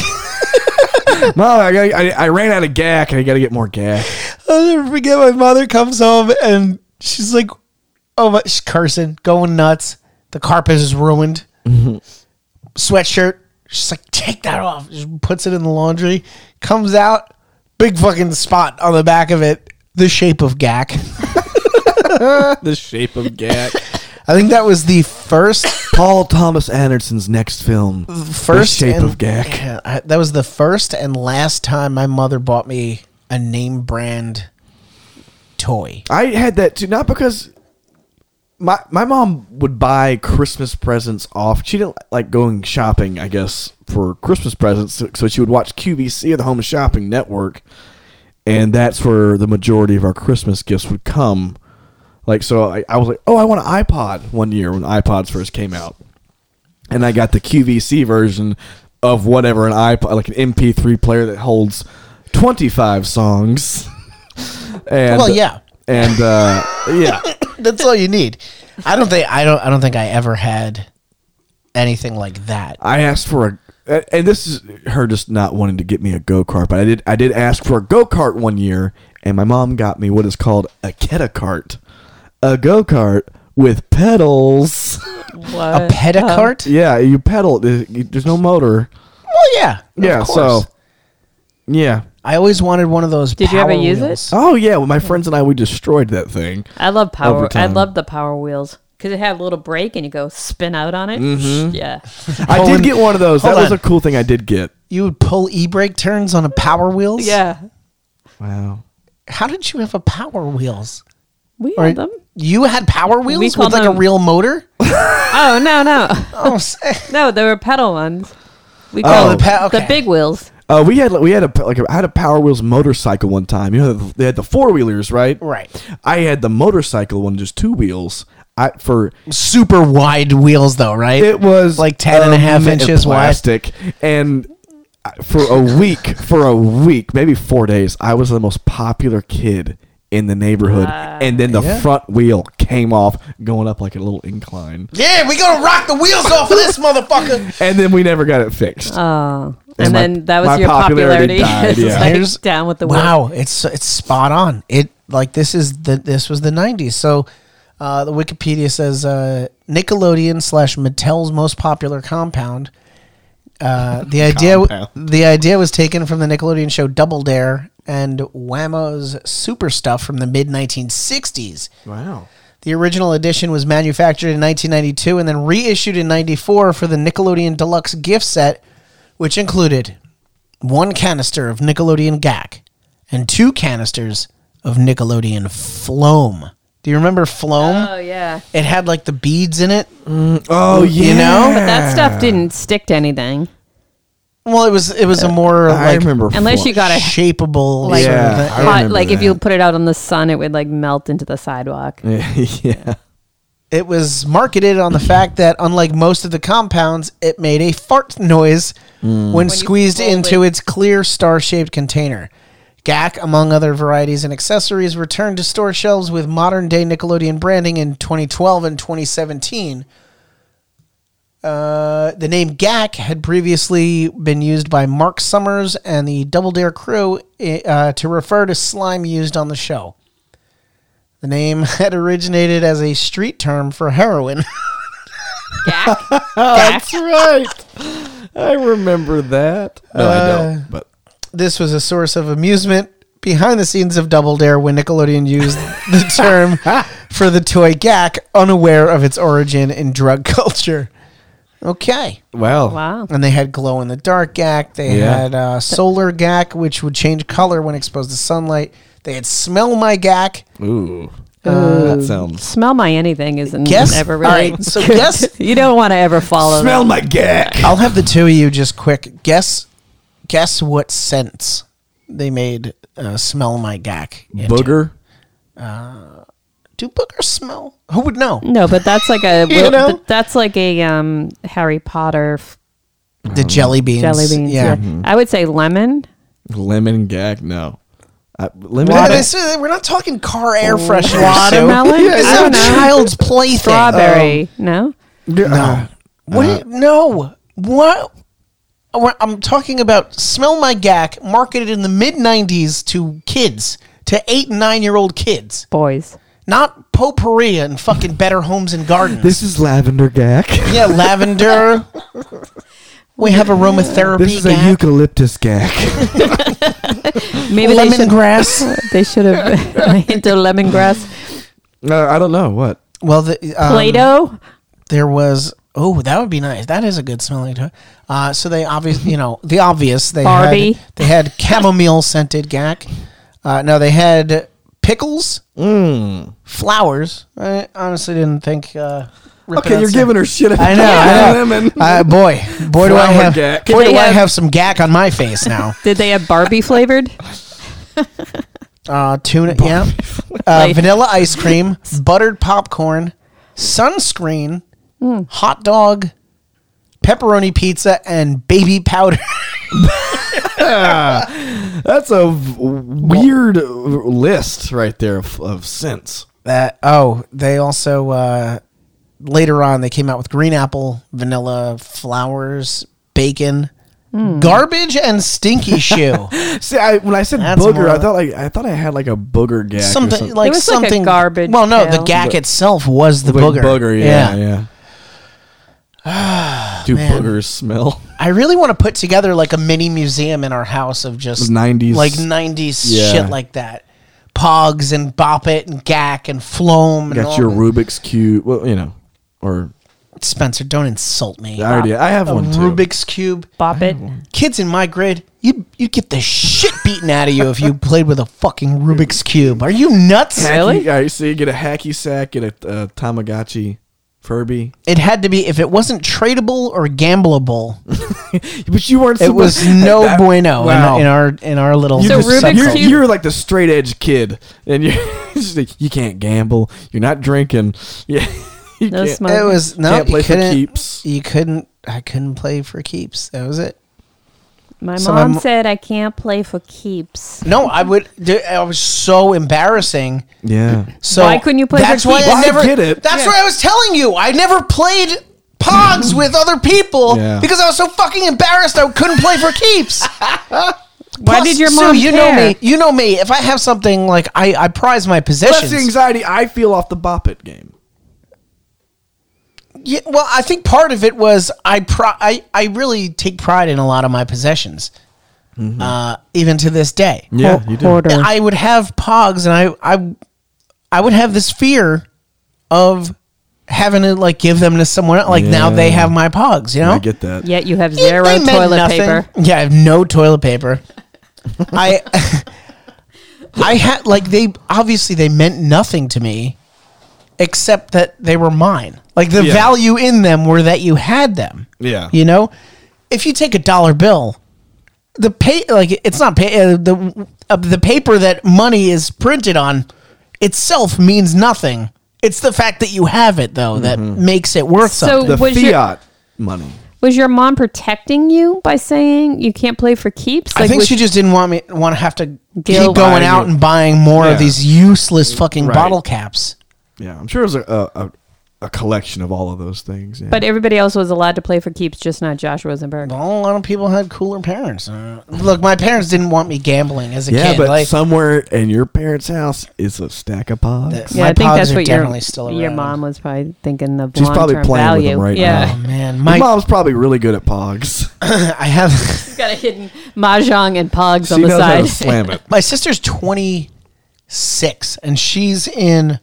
S4: Mom, I, gotta- I, I ran out of gack and I got to get more gack.
S3: I'll never forget. My mother comes home and she's like, "Oh my!" She's cursing, going nuts. The carpet is ruined. Sweatshirt. She's like, "Take that off." Just puts it in the laundry. Comes out, big fucking spot on the back of it, the shape of gack.
S4: the shape of gack.
S3: I think that was the first,
S4: Paul Thomas Anderson's next film.
S3: first
S4: shape
S3: and-
S4: of gack.
S3: Yeah, I- that was the first and last time my mother bought me a name brand toy.
S4: I had that too, not because my my mom would buy Christmas presents off. She didn't like going shopping, I guess, for Christmas presents. So, so she would watch QVC or the Home Shopping Network, and that's where the majority of our Christmas gifts would come. Like so, I, I was like, oh, I want an iPod. One year when iPods first came out, and I got the QVC version of whatever an iPod, like an MP3 player that holds twenty five songs. and
S3: Well, yeah.
S4: and uh, yeah,
S3: That's all you need. I don't think I don't I don't think I ever had anything like that.
S5: Uh,
S4: I asked for a, and this is her just not wanting to get me a go kart, but I did I did ask for a go kart one year, and my mom got me what is called a keta cart, a go kart with pedals.
S5: what?
S3: Pedicart?
S5: uh-huh.
S4: yeah, you pedal. there- you- There's no motor.
S3: well, yeah. of
S4: yeah, so
S3: course.
S4: yeah.
S3: I always wanted one of those.
S5: Did you ever
S3: Power
S5: use it?
S3: Wheels.
S4: Oh yeah, well, my friends and I we destroyed that thing.
S5: I love
S4: Over
S5: power. I
S4: time.
S5: love the power wheels because it had a little brake and you go spin out on it.
S4: Mm-hmm.
S5: Yeah.
S4: I
S3: Pulling-
S4: did get one of those. That
S3: hold
S4: was
S3: on.
S4: a cool thing I did get.
S3: You would pull e-brake turns on a Power Wheels.
S5: Yeah.
S4: Wow.
S3: How did you have a Power Wheels?
S5: We
S3: Or-
S5: had them.
S3: You had Power Wheels
S5: call
S3: with like a
S5: them-
S3: real motor.
S5: Oh no no
S3: oh, say-
S5: no! There were pedal ones. We call
S3: Oh, the
S5: the,
S3: pe- okay.
S5: the big wheels.
S4: Uh, we had we had a like a, I had a Power Wheels motorcycle one time. You know they had the four wheelers, right?
S3: right.
S4: I had the motorcycle one, just two wheels. I for
S3: Super wide wheels though, right?
S4: it was
S3: Like 10 and a half
S4: um,
S3: inches wide.
S4: plastic, and I- for a week, for a week, maybe four days, I was the most popular kid in the neighborhood, and then the front wheel came off, going up like a little incline,
S3: yeah, we gonna rock the wheels off of this motherfucker.
S4: and then we never got it fixed.
S5: Oh, and,
S4: And my-
S5: then that
S4: my
S5: was your
S4: popularity
S5: popularity.
S4: died,
S5: It's
S4: yeah.
S5: like
S3: Here's-
S5: down with the wheels.
S3: Wow, it's it's spot on. It like this is the this was the '90s. So uh, the Wikipedia says uh, Nickelodeon slash Mattel's most popular compound. Uh, the idea
S4: Compound.
S3: the idea was taken from the Nickelodeon show Double Dare and Whammo's Super Stuff from the mid 1960s.
S4: wow.
S3: The original edition was manufactured in 1992 and then reissued in 94 for the Nickelodeon Deluxe gift set, which included one canister of Nickelodeon Gack and two canisters of Nickelodeon Floam. Do you remember Floam?
S5: Oh yeah.
S3: it had like the beads in it.
S4: Oh yeah.
S3: You know?
S5: But that stuff didn't stick to anything.
S3: Well, it was it was a more
S4: Uh, I
S3: like
S4: remember.
S5: Unless
S4: four-
S5: you got a
S3: shapeable
S5: Like-
S3: sort
S4: Yeah,
S3: of thing.
S4: I
S5: hot,
S4: remember
S5: like if
S4: that.
S5: you put it out on the sun, it would like melt into the sidewalk.
S4: yeah.
S3: It was marketed on the fact that, unlike most of the compounds, it made a fart noise when, squeezed
S5: pulled
S3: into
S5: it.
S3: its clear star shaped container. GAC, among other varieties and accessories, returned to store shelves with modern day Nickelodeon branding in 2012 and 2017. Uh, the name GAC had previously been used by Mark Summers and the Double Dare crew eh, uh, to refer to slime used on the show. The name had originated as a street term for heroin.
S5: Gack. Gack.
S4: right. I remember that. No, I don't. But
S3: this was a source of amusement behind the scenes of Double Dare when Nickelodeon used the term for the toy gack, unaware of its origin in drug culture. Okay.
S4: wow.
S5: Wow.
S3: And they had glow in the dark gack. They
S4: Yeah.
S3: had uh, solar gack, which would change color when exposed to sunlight. They had smell my gack.
S4: Ooh. that sounds.
S5: Smell my anything isn't
S3: Guess-
S5: ever
S3: all
S5: really.
S3: right, so
S5: good.
S3: guess-
S5: you don't want to ever follow.
S4: Smell my gag.
S3: I'll have the two of you just quick guess. Guess what scents they made uh, smell my gack. into.
S4: Booger.
S3: Do boogers smell? Who would know?
S5: No, but that's like a
S3: You know?
S5: th- that's like a um, Harry Potter f-
S3: The jelly beans.
S5: jelly beans.
S3: Yeah. Mm-hmm.
S5: Yeah, I would say lemon.
S4: Lemon gag. No. I, lemon.
S3: But
S4: gag-
S3: they say that we're not talking car air fresheners.
S5: Watermelon?
S3: It's
S5: I
S3: not
S5: don't know.
S3: child's play thing.
S5: Strawberry. no.
S3: No. What?
S6: Uh.
S3: no. What? Oh, We're- I'm talking about Smell My Gack, marketed in the mid 90s to kids, to eight and nine year old kids,
S5: Boys.
S3: not potpourri and fucking better homes and gardens.
S6: This is lavender gack.
S3: yeah, lavender. we have aromatherapy.
S6: This is a
S3: gack,
S6: eucalyptus gack.
S5: Maybe they should.
S3: lemongrass.
S5: They should have into lemongrass.
S4: No, I don't know what.
S3: well, the, um,
S5: Play-Doh.
S3: there was oh that would be nice that is a good smelling toy uh, so they obviously you know the obvious they
S5: Barbie.
S3: had they had chamomile scented gack uh, no they had pickles
S4: Mm.
S3: flowers I honestly didn't think uh, ripping
S4: Okay,
S3: out
S4: you're
S3: some-
S4: giving her shit.
S3: I know, I know.
S4: Lemon.
S3: uh, boy boy do I
S4: Flower
S3: have
S4: gack.
S3: boy
S5: Did
S3: do
S5: they
S3: I
S5: have-
S3: have some gack on my face now
S5: Did they have Barbie flavored?
S3: uh, tuna yeah uh, vanilla ice cream buttered popcorn sunscreen
S5: Hmm.
S3: hot dog pepperoni pizza and baby powder
S4: That's a v- weird uh, list right there of, of scents.
S3: That oh, they also uh, later on they came out with green apple, vanilla, flowers, bacon,
S5: Hmm.
S3: garbage, and stinky shoe.
S4: See, I, when I said
S3: That's more
S4: booger, I
S3: of-
S4: thought like I thought I had like a booger gag. or
S3: something
S4: something.
S3: like
S5: It was like a
S3: something
S5: garbage
S3: Well, no, the
S5: pail.
S3: gack itself was the
S4: Wait,
S3: booger.
S4: yeah, yeah. Do
S3: man.
S4: boogers smell?
S3: I really want to put together like a mini museum in our house of just
S4: 90s.
S3: like nineties
S4: Yeah.
S3: shit like that. Pogs and Bop It and Gack and Floam and all
S4: Got your
S3: that.
S4: Rubik's cube. Well, you know, or
S3: Spencer, don't insult me.
S4: I already I have
S3: a
S4: one too.
S3: Rubik's Cube.
S5: Bop it.
S3: kids in my grade, you'd, you'd get the shit beaten out of you if you played with a fucking Rubik's Cube. Are you nuts?
S4: Hacky-
S5: Really?
S4: All right, so you get a hacky sack, get a uh, Tamagotchi, Furby,
S3: It had to be, if it wasn't tradable or gambleable,
S4: but you weren't.
S3: it was no
S4: that-
S3: bueno in-
S4: wow.
S3: in, our in our little.
S4: You
S5: So
S4: just-
S5: Rubik's
S4: you're,
S5: Cube-
S4: you're like the straight edge kid, and you just like, you can't gamble. You're not drinking. Yeah, you
S5: No
S4: can't-
S5: smoke.
S3: it was no,
S4: Can't play
S3: you
S4: for
S3: couldn't,
S4: keeps.
S3: You couldn't. I couldn't play for keeps. That was it.
S5: My
S3: So my
S5: mom
S3: mo-
S5: said I can't play for keeps.
S3: No, I would. dude, I was so embarrassing.
S4: Yeah,
S3: So
S5: Why couldn't you play for
S3: That's why
S5: keeps?
S3: I
S4: Well, I
S3: never
S4: get it.
S3: That's what I was telling you. I never played Pogs with other people
S4: Yeah.
S3: because I was so fucking embarrassed I couldn't play for keeps.
S5: Why
S3: Plus,
S5: did your
S3: Sue,
S5: mom
S3: you
S5: care?
S3: know me. You know me. If I have something like I, I prize my
S4: that's
S3: possessions.
S4: the anxiety I feel off the Bop It game.
S3: Yeah, well, I think part of it was I, pri- I I really take pride in a lot of my possessions,
S4: Mm-hmm.
S3: uh, even to this day.
S5: Oh,
S4: Yeah, you do.
S5: Hoarder.
S3: I would have pogs, and I I I would have this fear of having to like give them to someone else. Like now
S4: Yeah.
S3: they have my pogs, you know.
S4: I get that.
S5: Yet you have
S3: They-
S5: zero
S3: they meant
S5: toilet
S3: nothing.
S5: paper.
S3: Yeah, I have no toilet paper. I I had like they obviously they meant nothing to me except that they were mine. Like the
S4: Yeah.
S3: value in them were that you had them.
S4: Yeah.
S3: You know? If you take a dollar bill, the pay like it's not pay uh, the uh, the paper that money is printed on itself means nothing It's the fact that you have it though that
S4: Mm-hmm.
S3: makes it worth
S5: So-
S3: something.
S4: The
S5: Was
S4: fiat
S5: your-
S4: money.
S5: Was your mom protecting you by saying you can't play for keeps?
S3: I think
S5: was-
S3: she just didn't want me want to have to keep going
S5: Guilt.
S4: Buying
S3: out
S4: it.
S3: and buying more
S4: Yeah.
S3: of these useless fucking
S4: Right.
S3: bottle caps.
S4: Yeah, I'm sure it was a, a, a, a collection of all of those things. Yeah.
S5: But everybody else was allowed to play for keeps, just not Josh Rosenberg.
S3: Well, a lot of people had cooler parents. Uh, look, my parents didn't want me gambling as a
S4: yeah,
S3: kid.
S4: but
S3: like,
S4: somewhere in your parents' house is a stack of pods.
S3: That-
S5: Yeah,
S3: My
S5: I think
S3: pods
S5: that's
S3: are
S5: what
S3: definitely
S5: your,
S3: still
S5: your
S3: around.
S5: mom was probably thinking of
S4: She's
S5: long
S4: probably
S5: term
S4: playing with
S5: value.
S4: them right
S5: yeah.
S3: oh man,
S4: Your
S3: my
S4: mom's probably really good at pogs.
S3: I have
S5: Got a hidden mahjong and pogs
S4: she
S5: on the
S4: knows how to
S5: side.
S4: slam it.
S3: my sister's twenty six, and she's in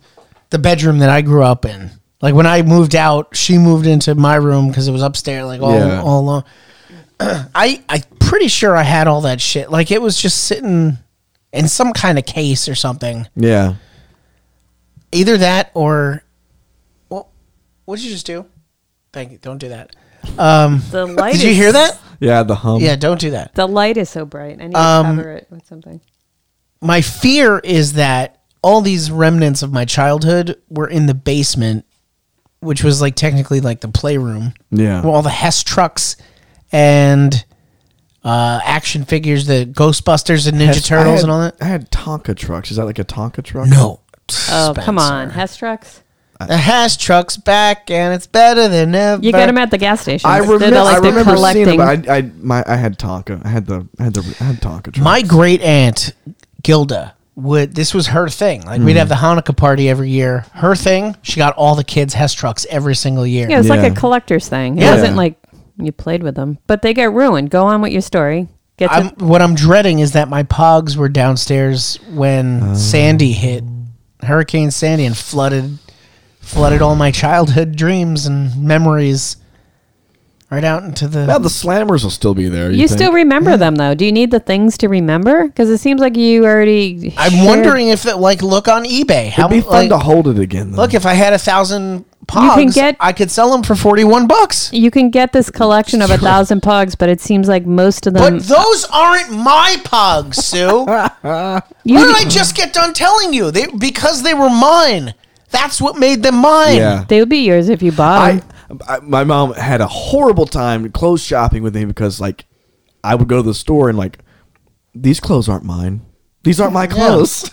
S3: the bedroom that I grew up in. Like when I moved out, she moved into my room because it was upstairs, like all
S4: Yeah.
S3: all alone. I I pretty sure I had all that shit. Like it was just sitting in some kind of case or something.
S4: Yeah.
S3: either that or well, what did you just do? Thank you. Don't do that. Um,
S5: The light.
S3: did you
S5: is-
S3: hear that?
S4: Yeah, the hum.
S3: Yeah, don't do that.
S5: The light is so bright. I need
S3: Um,
S5: to cover it with something.
S3: My fear is that all these remnants of my childhood were in the basement, which was like technically like the playroom.
S4: Yeah.
S3: Where all the Hess trucks and uh, action figures, the Ghostbusters and Ninja
S4: Has- I
S3: Turtles
S4: had-
S3: and all that.
S4: I had Tonka trucks. Is that like a Tonka truck?
S3: No.
S5: Oh, come
S3: Spencer.
S5: on, Hess trucks.
S3: The Hess truck's back and it's better than ever.
S5: You got them at the gas station.
S4: I remember.
S5: They're like
S4: I
S5: the
S4: remember seeing it,
S5: collecting.
S4: but I, I, my, I had Tonka. I had the, I had the, I had Tonka truck.
S3: My great aunt Gilda would. This was her thing. Like
S4: Hmm.
S3: we'd have the Hanukkah party every year. Her thing. She got all the kids Hess trucks every single year.
S5: Yeah, it's like
S4: Yeah.
S5: a collector's thing. It
S4: Yeah.
S5: wasn't like you played with them, but they get ruined. Go on with your story. Get
S3: I'm,
S5: to,
S3: what I'm dreading is that my pogs were downstairs when
S4: Oh.
S3: Sandy hit, Hurricane Sandy, and flooded, flooded all my childhood dreams and memories, right out into the.
S4: Now the slammers will still be there. You,
S5: you
S4: think?
S5: still remember them though. Do you need the things to remember? Because it seems like you already.
S3: I'm
S5: shared-
S3: wondering if that like look on eBay. How
S4: It'd be fun
S3: like,
S4: to hold it again. Though.
S3: look if I had a thousand
S5: You
S3: pogs,
S5: can get-
S3: I could sell them for forty one bucks.
S5: You can get this collection of a thousand pugs, but it seems like most of them.
S3: But those aren't my pogs, Sue. what
S5: you,
S3: did I just get done telling you? They because they were mine. That's what made them mine.
S4: yeah.
S5: they would be yours if you bought
S4: I,
S5: them.
S3: Um,
S4: I my mom had a horrible time clothes shopping with me because like I would go to the store and like these clothes aren't mine. These aren't my clothes.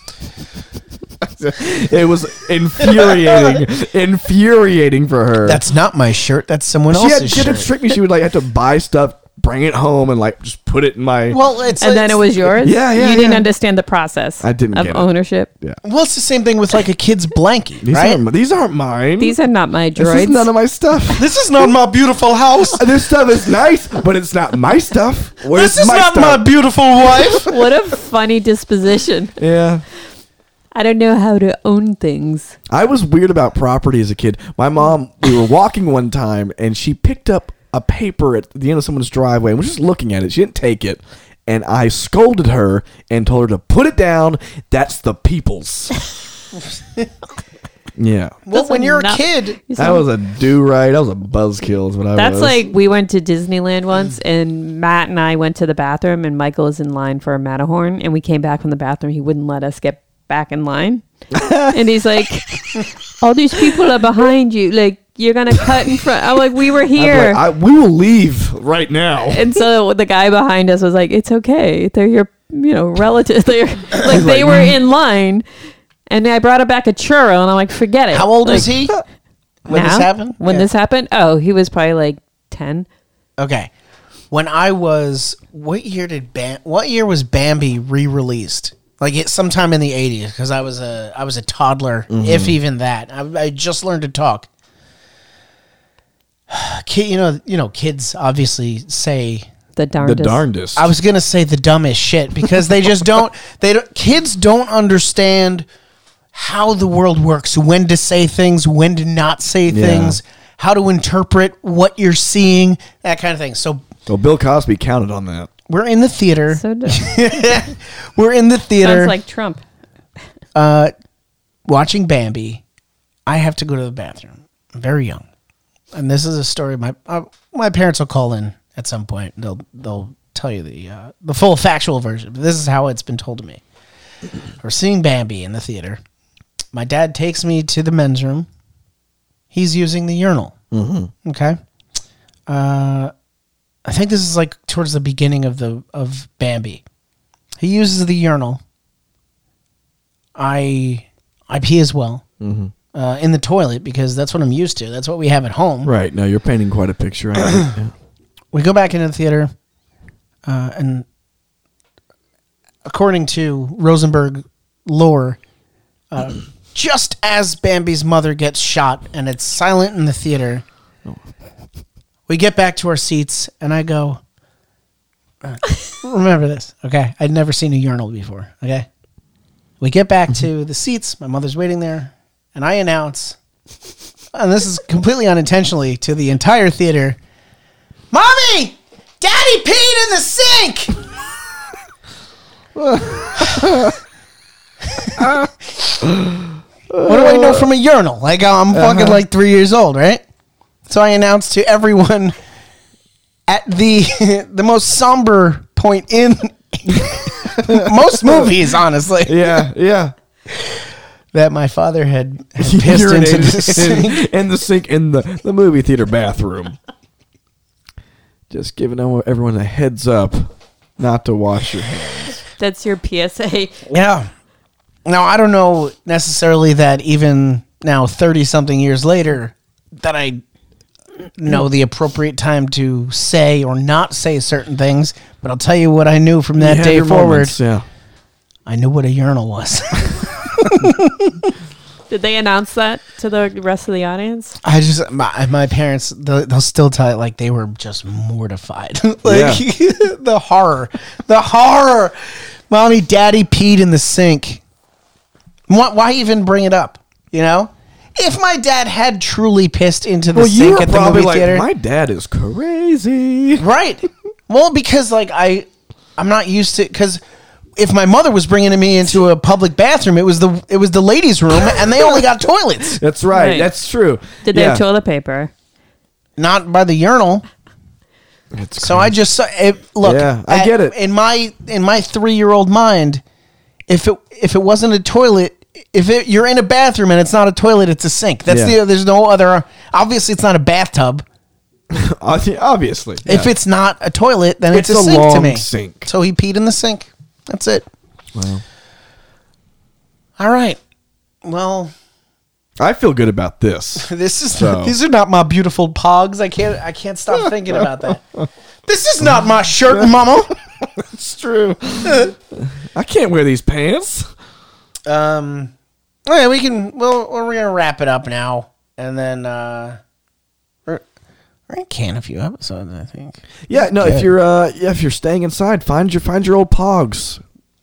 S4: it was infuriating, infuriating for her.
S3: That's not my shirt. That's someone
S4: she had
S3: else's
S4: she had to
S3: shirt.
S4: trick me. She would like have to buy stuff, bring it home, and like just put it in my.
S3: Well, it's
S5: and then it
S3: it's-
S5: was yours.
S4: Yeah, yeah,
S5: You didn't
S4: yeah.
S5: understand the process.
S4: I didn't
S5: of
S4: get it.
S5: ownership.
S3: Well, it's the same thing with like a kid's blanket,
S4: these
S3: right?
S4: aren't these aren't mine.
S5: These are not my
S4: this is
S5: droids.
S4: none of my stuff.
S3: this is not my beautiful house.
S4: this stuff is nice, but it's not my stuff. Where's
S3: This is
S4: my
S3: not
S4: stuff?
S3: my beautiful wife.
S5: what a funny disposition.
S4: yeah.
S5: I don't know how to own things.
S4: I was weird about property as a kid. My mom, we were walking one time, and she picked up a paper at the end of someone's driveway and was just looking at it. She didn't take it. And I scolded her and told her to put it down. That's the people's. yeah.
S3: well,
S5: Those
S3: when
S5: are
S3: you're a
S5: not-
S3: kid,
S4: That
S5: You sound-
S4: was a do right. That was a buzzkill, is what I
S5: That's
S4: was.
S5: like we went to Disneyland once, and Matt and I went to the bathroom, and Michael was in line for a Matterhorn, and we came back from the bathroom. He wouldn't let us get back in line, and he's like, "All these people are behind you. Like you're gonna cut in front." I'm like, "We were
S4: I'd be like,
S5: here."
S4: I, we will leave right now.
S5: and so the guy behind us was like, "It's okay. They're your, you know, relatives. They're like they were
S3: "Mm."
S5: in line." And I brought him back a churro, and I'm like, "Forget it."
S3: how old
S5: Like,
S3: is he? When this
S5: now?
S3: happened?
S5: When
S3: Yeah.
S5: this happened? Oh, he was probably like ten.
S3: Okay. When I was what year did Bam what year was Bambi re-released? Like it sometime in the 80s cuz I was a I was a toddler if even that. I, I just learned to talk. Kid, you know, you know kids obviously say
S4: The
S5: The darndest.
S4: darndest.
S3: I was going to say the dumbest shit because they just don't they don't, kids don't understand how the world works, when to say things, when to not say things, how to interpret what you're seeing, that kind of thing. So
S4: well, Bill Cosby counted on that.
S3: we're in the theater.
S5: So d-
S3: we're in the theater
S5: sounds like Trump.
S3: watching Bambi. I have to go to the bathroom. I'm very young, and this is a story. My uh, my parents will call in at some point. They'll they'll tell you the uh, the full factual version. But this is how it's been told to me. We're seeing Bambi in the theater. My dad takes me to the men's room. He's using the urinal. Mm-hmm. Okay. Uh, I think this is like towards the beginning of the of Bambi. He uses the urinal. I I pee as well uh, in the toilet because that's what I'm used to. That's what we have at home.
S4: Right. No, you're painting quite a picture. I think, yeah.
S3: we go back into the theater, uh, and according to Rosenberg lore, uh, just as Bambi's mother gets shot and it's silent in the theater, we get back to our seats, and I go, uh, Remember this, okay? I'd never seen a urinal before, okay? We get back to the seats, my mother's waiting there, and I announce, and this is completely unintentionally to the entire theater. Mommy! Daddy peed in the sink! what do I know from a urinal? Like, I'm fucking like three years old, right? So I announced to everyone at the the most somber point in most movies, honestly,
S4: Yeah. Yeah.
S3: that my father had, had pissed into the
S4: Urinated
S3: sink.
S4: in, in the sink in the, the movie theater bathroom. Just giving everyone a heads up not to wash your hands.
S5: That's your PSA.
S3: Yeah. Now I don't know necessarily that even now thirty something years later that I know the appropriate time to say or not say certain things, but I'll tell you what I knew from that
S4: You have
S3: day
S4: your
S3: forward.
S4: moments, yeah.
S3: I knew what a urinal was.
S5: Did they announce that to the rest of the audience?
S3: I just my, my parents they'll, they'll still tell it like they were just mortified, like the horror, the horror. Mommy, daddy peed in the sink. Why, why even bring it up? You know, if my dad had truly pissed into the
S4: Well,
S3: sink
S4: you were
S3: at the movie
S4: probably like,
S3: theater,
S4: my dad is crazy.
S3: right? Well, because like I, I'm not used to because. If my mother was bringing me into a public bathroom, it was the it was the ladies' room, and they only got toilets,
S4: That's right.
S5: Right.
S4: That's true.
S5: Did they
S4: yeah.
S5: have toilet paper?
S3: not by the urinal.
S4: That's
S3: So I just saw it, look.
S4: Yeah, I get it.
S3: In my in my three year old mind, if it if it wasn't a toilet, if it, you're in a bathroom and it's not a toilet, it's a sink. That's
S4: Yeah.
S3: the there's no other. Obviously, it's not a bathtub.
S4: Obvi- obviously.
S3: If
S4: yeah.
S3: it's not a toilet, then it's,
S4: It's
S3: a,
S4: a
S3: sink to
S4: long
S3: me.
S4: sink.
S3: So he peed in the sink. That's it.
S4: Wow.
S3: All right. Well,
S4: I feel good about this.
S3: this is
S4: So-
S3: these are not my beautiful pogs. I can't I can't stop thinking about that. This is not my shirt, mama.
S4: It's true. I can't wear these pants.
S3: Um, all right, we can. Well, we're gonna wrap it up now, and then uh, we're, we're in can a few episodes, I think.
S4: Yeah, no. If you're uh, yeah, if you're staying inside, find your find your old pogs.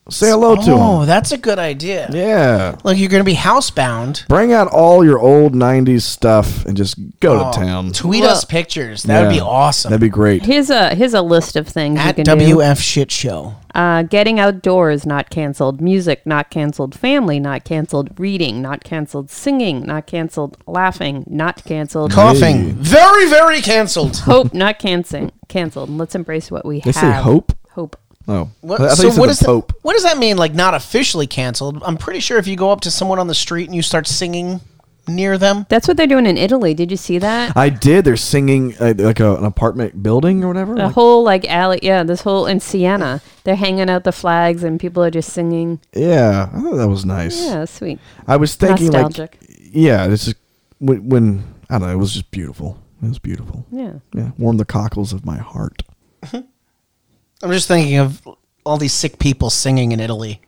S4: Say hello to
S3: Oh,
S4: them.
S3: that's a good idea.
S4: Yeah,
S3: Look, you're gonna be housebound.
S4: bring out all your old '90s stuff and just go
S3: Oh,
S4: to town.
S3: Tweet us pictures. That would be
S4: Yeah.
S3: awesome.
S4: That'd be great.
S5: Here's a here's a list of things
S3: at
S5: you can do.
S3: WF Shit Show.
S5: Uh, getting outdoors not canceled, music not canceled, family not canceled, reading not canceled, singing not canceled, laughing not canceled,
S3: Coughing. Very, very canceled.
S5: hope not canceled, canceled. Let's embrace what we
S4: They
S5: have.
S4: say hope?
S5: Hope.
S4: Oh,
S3: What,
S4: I thought
S3: so
S4: you said
S3: what
S4: the
S3: does that-
S4: Pope.
S3: what does that mean? Like not officially canceled? I'm pretty sure if you go up to someone on the street and you start singing near them,
S5: That's what they're doing in Italy. Did you see that?
S4: I did. They're singing uh, like a, an apartment building or whatever.
S5: The
S4: Like-
S5: whole like alley, yeah. This whole in Siena, they're hanging out the flags and people are just singing.
S4: yeah, I thought that was nice.
S5: Yeah, sweet.
S4: I was thinking
S5: Nostalgic.
S4: like, yeah, this is when, when I don't know. It was just beautiful. It was beautiful.
S5: Yeah.
S4: Yeah, warmed the cockles of my heart.
S3: I'm just thinking of all these sick people singing in Italy.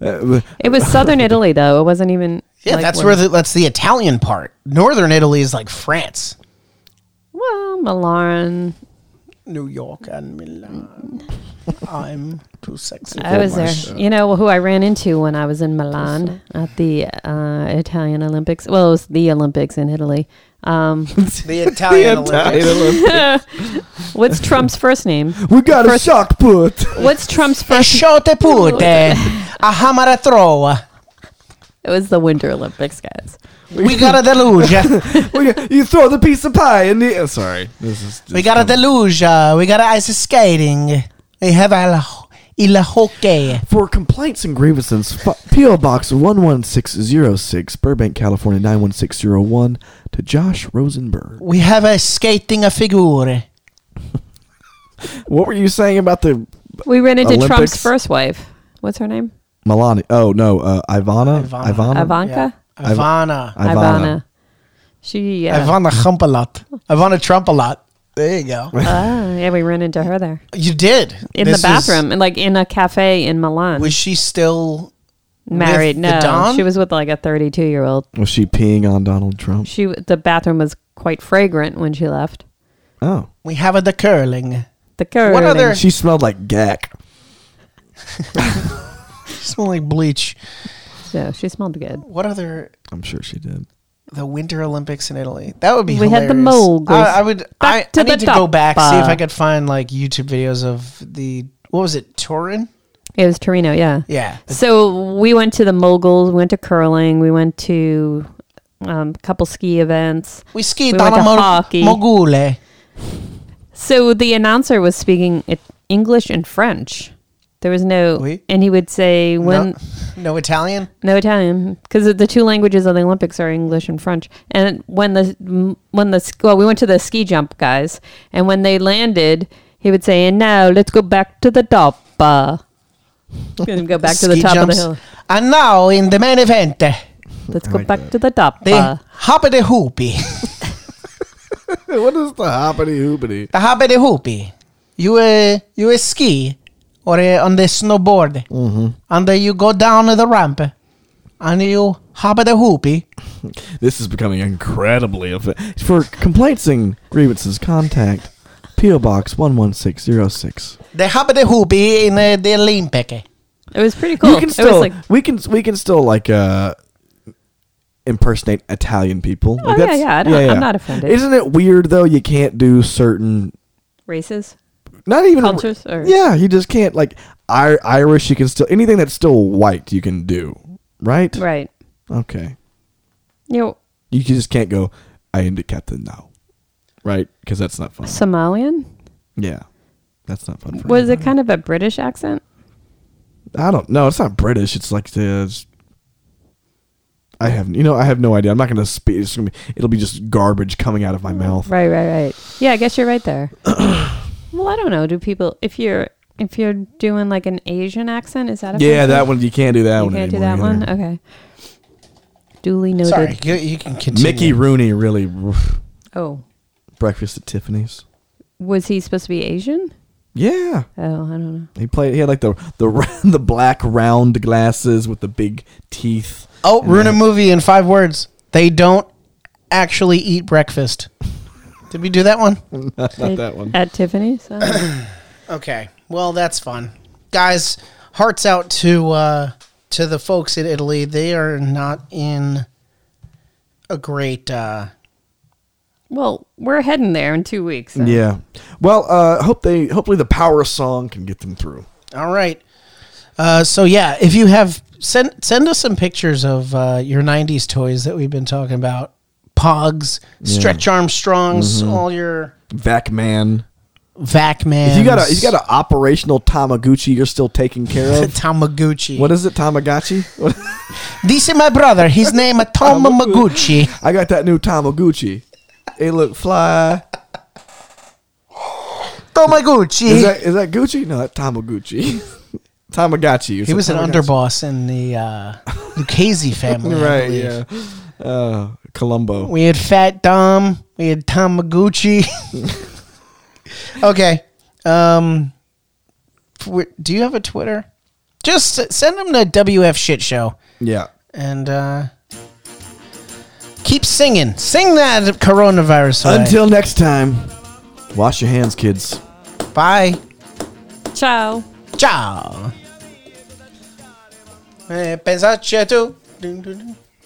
S4: Uh,
S5: It was southern Italy though. It wasn't even.
S3: Yeah,
S5: like,
S3: that's
S5: one-
S3: where the, that's the Italian part. Northern Italy is like France,
S5: Well, Milan.
S3: New York and Milan. I'm too sexy.
S5: I was there. You know who I ran into when I was in Milan at the uh, Italian Olympics. Well, it was the Olympics in Italy. Um,
S3: The Italian Olympics.
S5: what's Trump's first name?
S4: we got a
S5: First-
S4: shock put.
S5: What's Trump's first?
S3: Sciote putte, e a hammer throw.
S5: It was the Winter Olympics, guys.
S3: We got a deluge.
S4: We got- you throw the piece of pie in the. uh, Sorry, this is.
S3: We got a deluge. Uh, We got ice skating. We have al Ilahoke.
S4: For complaints and grievances, fu- P.O. Box 11606, Burbank, California 91601 to Josh Rosenberg.
S3: We have a skating a figure.
S4: What were you saying about the
S5: We ran into
S4: Olympics.
S5: Trump's first wife. What's her name?
S4: Melania? Oh, no, uh, Ivana?
S3: Ivana.
S5: Ivanka.
S3: Ivana.
S5: Ivana. She. uh, Yeah.
S3: Ivana Chumpalot. Ivana Trumpalot. There you go.
S5: Ah, yeah, we ran into her there
S3: You did.
S5: in
S3: This is-
S5: the bathroom, and like in a cafe in Milan.
S3: was she still
S5: married?
S3: with the
S5: no,
S3: Don?
S5: she was with like a 32 year old.
S4: Was she peeing on Donald Trump?
S5: She the bathroom was quite fragrant when she left.
S4: Oh.
S3: we have a the curling.
S5: The curling.
S3: other-
S4: She smelled like gack.
S3: Smell like bleach.
S5: So she smelled good.
S3: What other
S4: I'm sure she did.
S3: the Winter Olympics in Italy? That would be
S5: We had the
S3: hilarious.
S5: Moguls.
S3: I, I would. I,
S5: to
S3: I need
S5: the
S3: to go
S5: top,
S3: back see if
S5: uh,
S3: I could find like YouTube videos of the what was it Turin?
S5: It was Torino. Yeah.
S3: Yeah,
S5: So we went to the moguls. We went to curling. We went to um, a couple ski events.
S3: we skied
S5: We went
S3: on a
S5: to
S3: mo-
S5: hockey.
S3: mogule.
S5: So the announcer was speaking it- English and French. There was no,
S3: Oui.
S5: and he would say when
S3: no, no Italian.
S5: no, Italian because the two languages of the Olympics are English and French. And when the mm, when the well, we went to the ski jump guys, and when they landed, he would say, "And now let's go back to the top." Uh, and go back to the
S3: Ski
S5: top
S3: jumps.
S5: of the hill.
S3: And now in the main event, the
S5: Let's go back to the top. uh.
S3: hoppity hoopy,
S4: What is the hoppity hoopity?
S3: the hoppity hoopy. You uh, you uh, ski or uh, on the snowboard, and uh, you go down the ramp, and you hoppity hoopy.
S4: This is becoming incredibly offensive. For complaints and grievances, contact P.O. Box 11606.
S3: The hoppity hoopy in uh, the Olympic.
S5: It was pretty cool.
S4: We can
S5: it was
S4: still
S5: like
S4: we can we can still like uh impersonate Italian people. Like,
S5: Oh, yeah, yeah, I don't- I'm not offended.
S4: Isn't it weird though? You can't do certain
S5: races.
S4: not even
S5: Cultures or-
S4: yeah. You just can't like I- Irish. You can still anything that's still white. You can do right.
S5: Right.
S4: Okay.
S5: You know,
S4: You just can't go. I am the captain now. Right, because that's not fun.
S5: Somalian?
S4: Yeah, that's not fun. For
S5: Was it
S4: anybody.
S5: kind of a British accent?
S4: I don't know. It's not British. It's like the. it's- I have you know I have no idea. I'm not gonna speak. It's gonna be, it'll be just garbage coming out of my mouth.
S5: Right, right, right. Yeah, I guess you're right there. well, I don't know. Do people if you're if you're doing like an Asian accent, is that a
S4: Yeah, that one you can't do that
S5: You
S4: one.
S5: can't do
S4: anymore
S5: that one.
S4: either.
S5: Okay. Duly noted.
S3: Sorry, you, you can continue.
S4: Mickey Rooney really
S5: Oh,
S4: breakfast at Tiffany's.
S5: was he supposed to be Asian?
S4: Yeah,
S5: Oh, I don't know.
S4: he played. He had like the the ra- the black round glasses with the big teeth.
S3: Oh,
S4: And
S3: ruin a
S4: then-
S3: movie in five words. They don't actually eat breakfast. Did we do that one?
S5: Not
S4: that one.
S5: At Tiffany's. I don't know.
S3: Okay. Well, that's fun, guys. Hearts out to uh, to the folks in Italy. They are not in a great. Uh,
S5: well, we're heading there in two weeks. so.
S4: Yeah. Well, uh, hope they hopefully the power song can get them through.
S3: all right. Uh, so yeah, if you have send send us some pictures of uh, your '90s toys that we've been talking about, Pogs, Stretch Armstrongs, all your
S4: Vac man.
S3: Vac Man.
S4: Mm-hmm. If you got a if you got an operational Tamaguchi, you're still taken care of.
S3: Tamaguchi.
S4: What is it, Tamagotchi? What-
S3: This is my brother. His name is Tom Maguchi.
S4: I got that new Tamaguchi. It look fly. Is
S3: Tomaguchi.
S4: that is that Gucci? No, that Tamaguchi. Tamagotchi.
S3: He was an underboss in the uh, Lucchese family. I
S4: Right.
S3: believe.
S4: Yeah. Uh, Columbo.
S3: We had Fat Dom. We had Tamaguchi. okay. Um, tw- do you have a Twitter? Just s- send him to WF Shit Show
S4: Yeah.
S3: and uh, keep singing. Sing that coronavirus. away.
S4: Until next time, wash your hands, kids.
S3: bye.
S5: Ciao.
S3: Ciao. Eh, pensaci tu. Dun, dun, dun.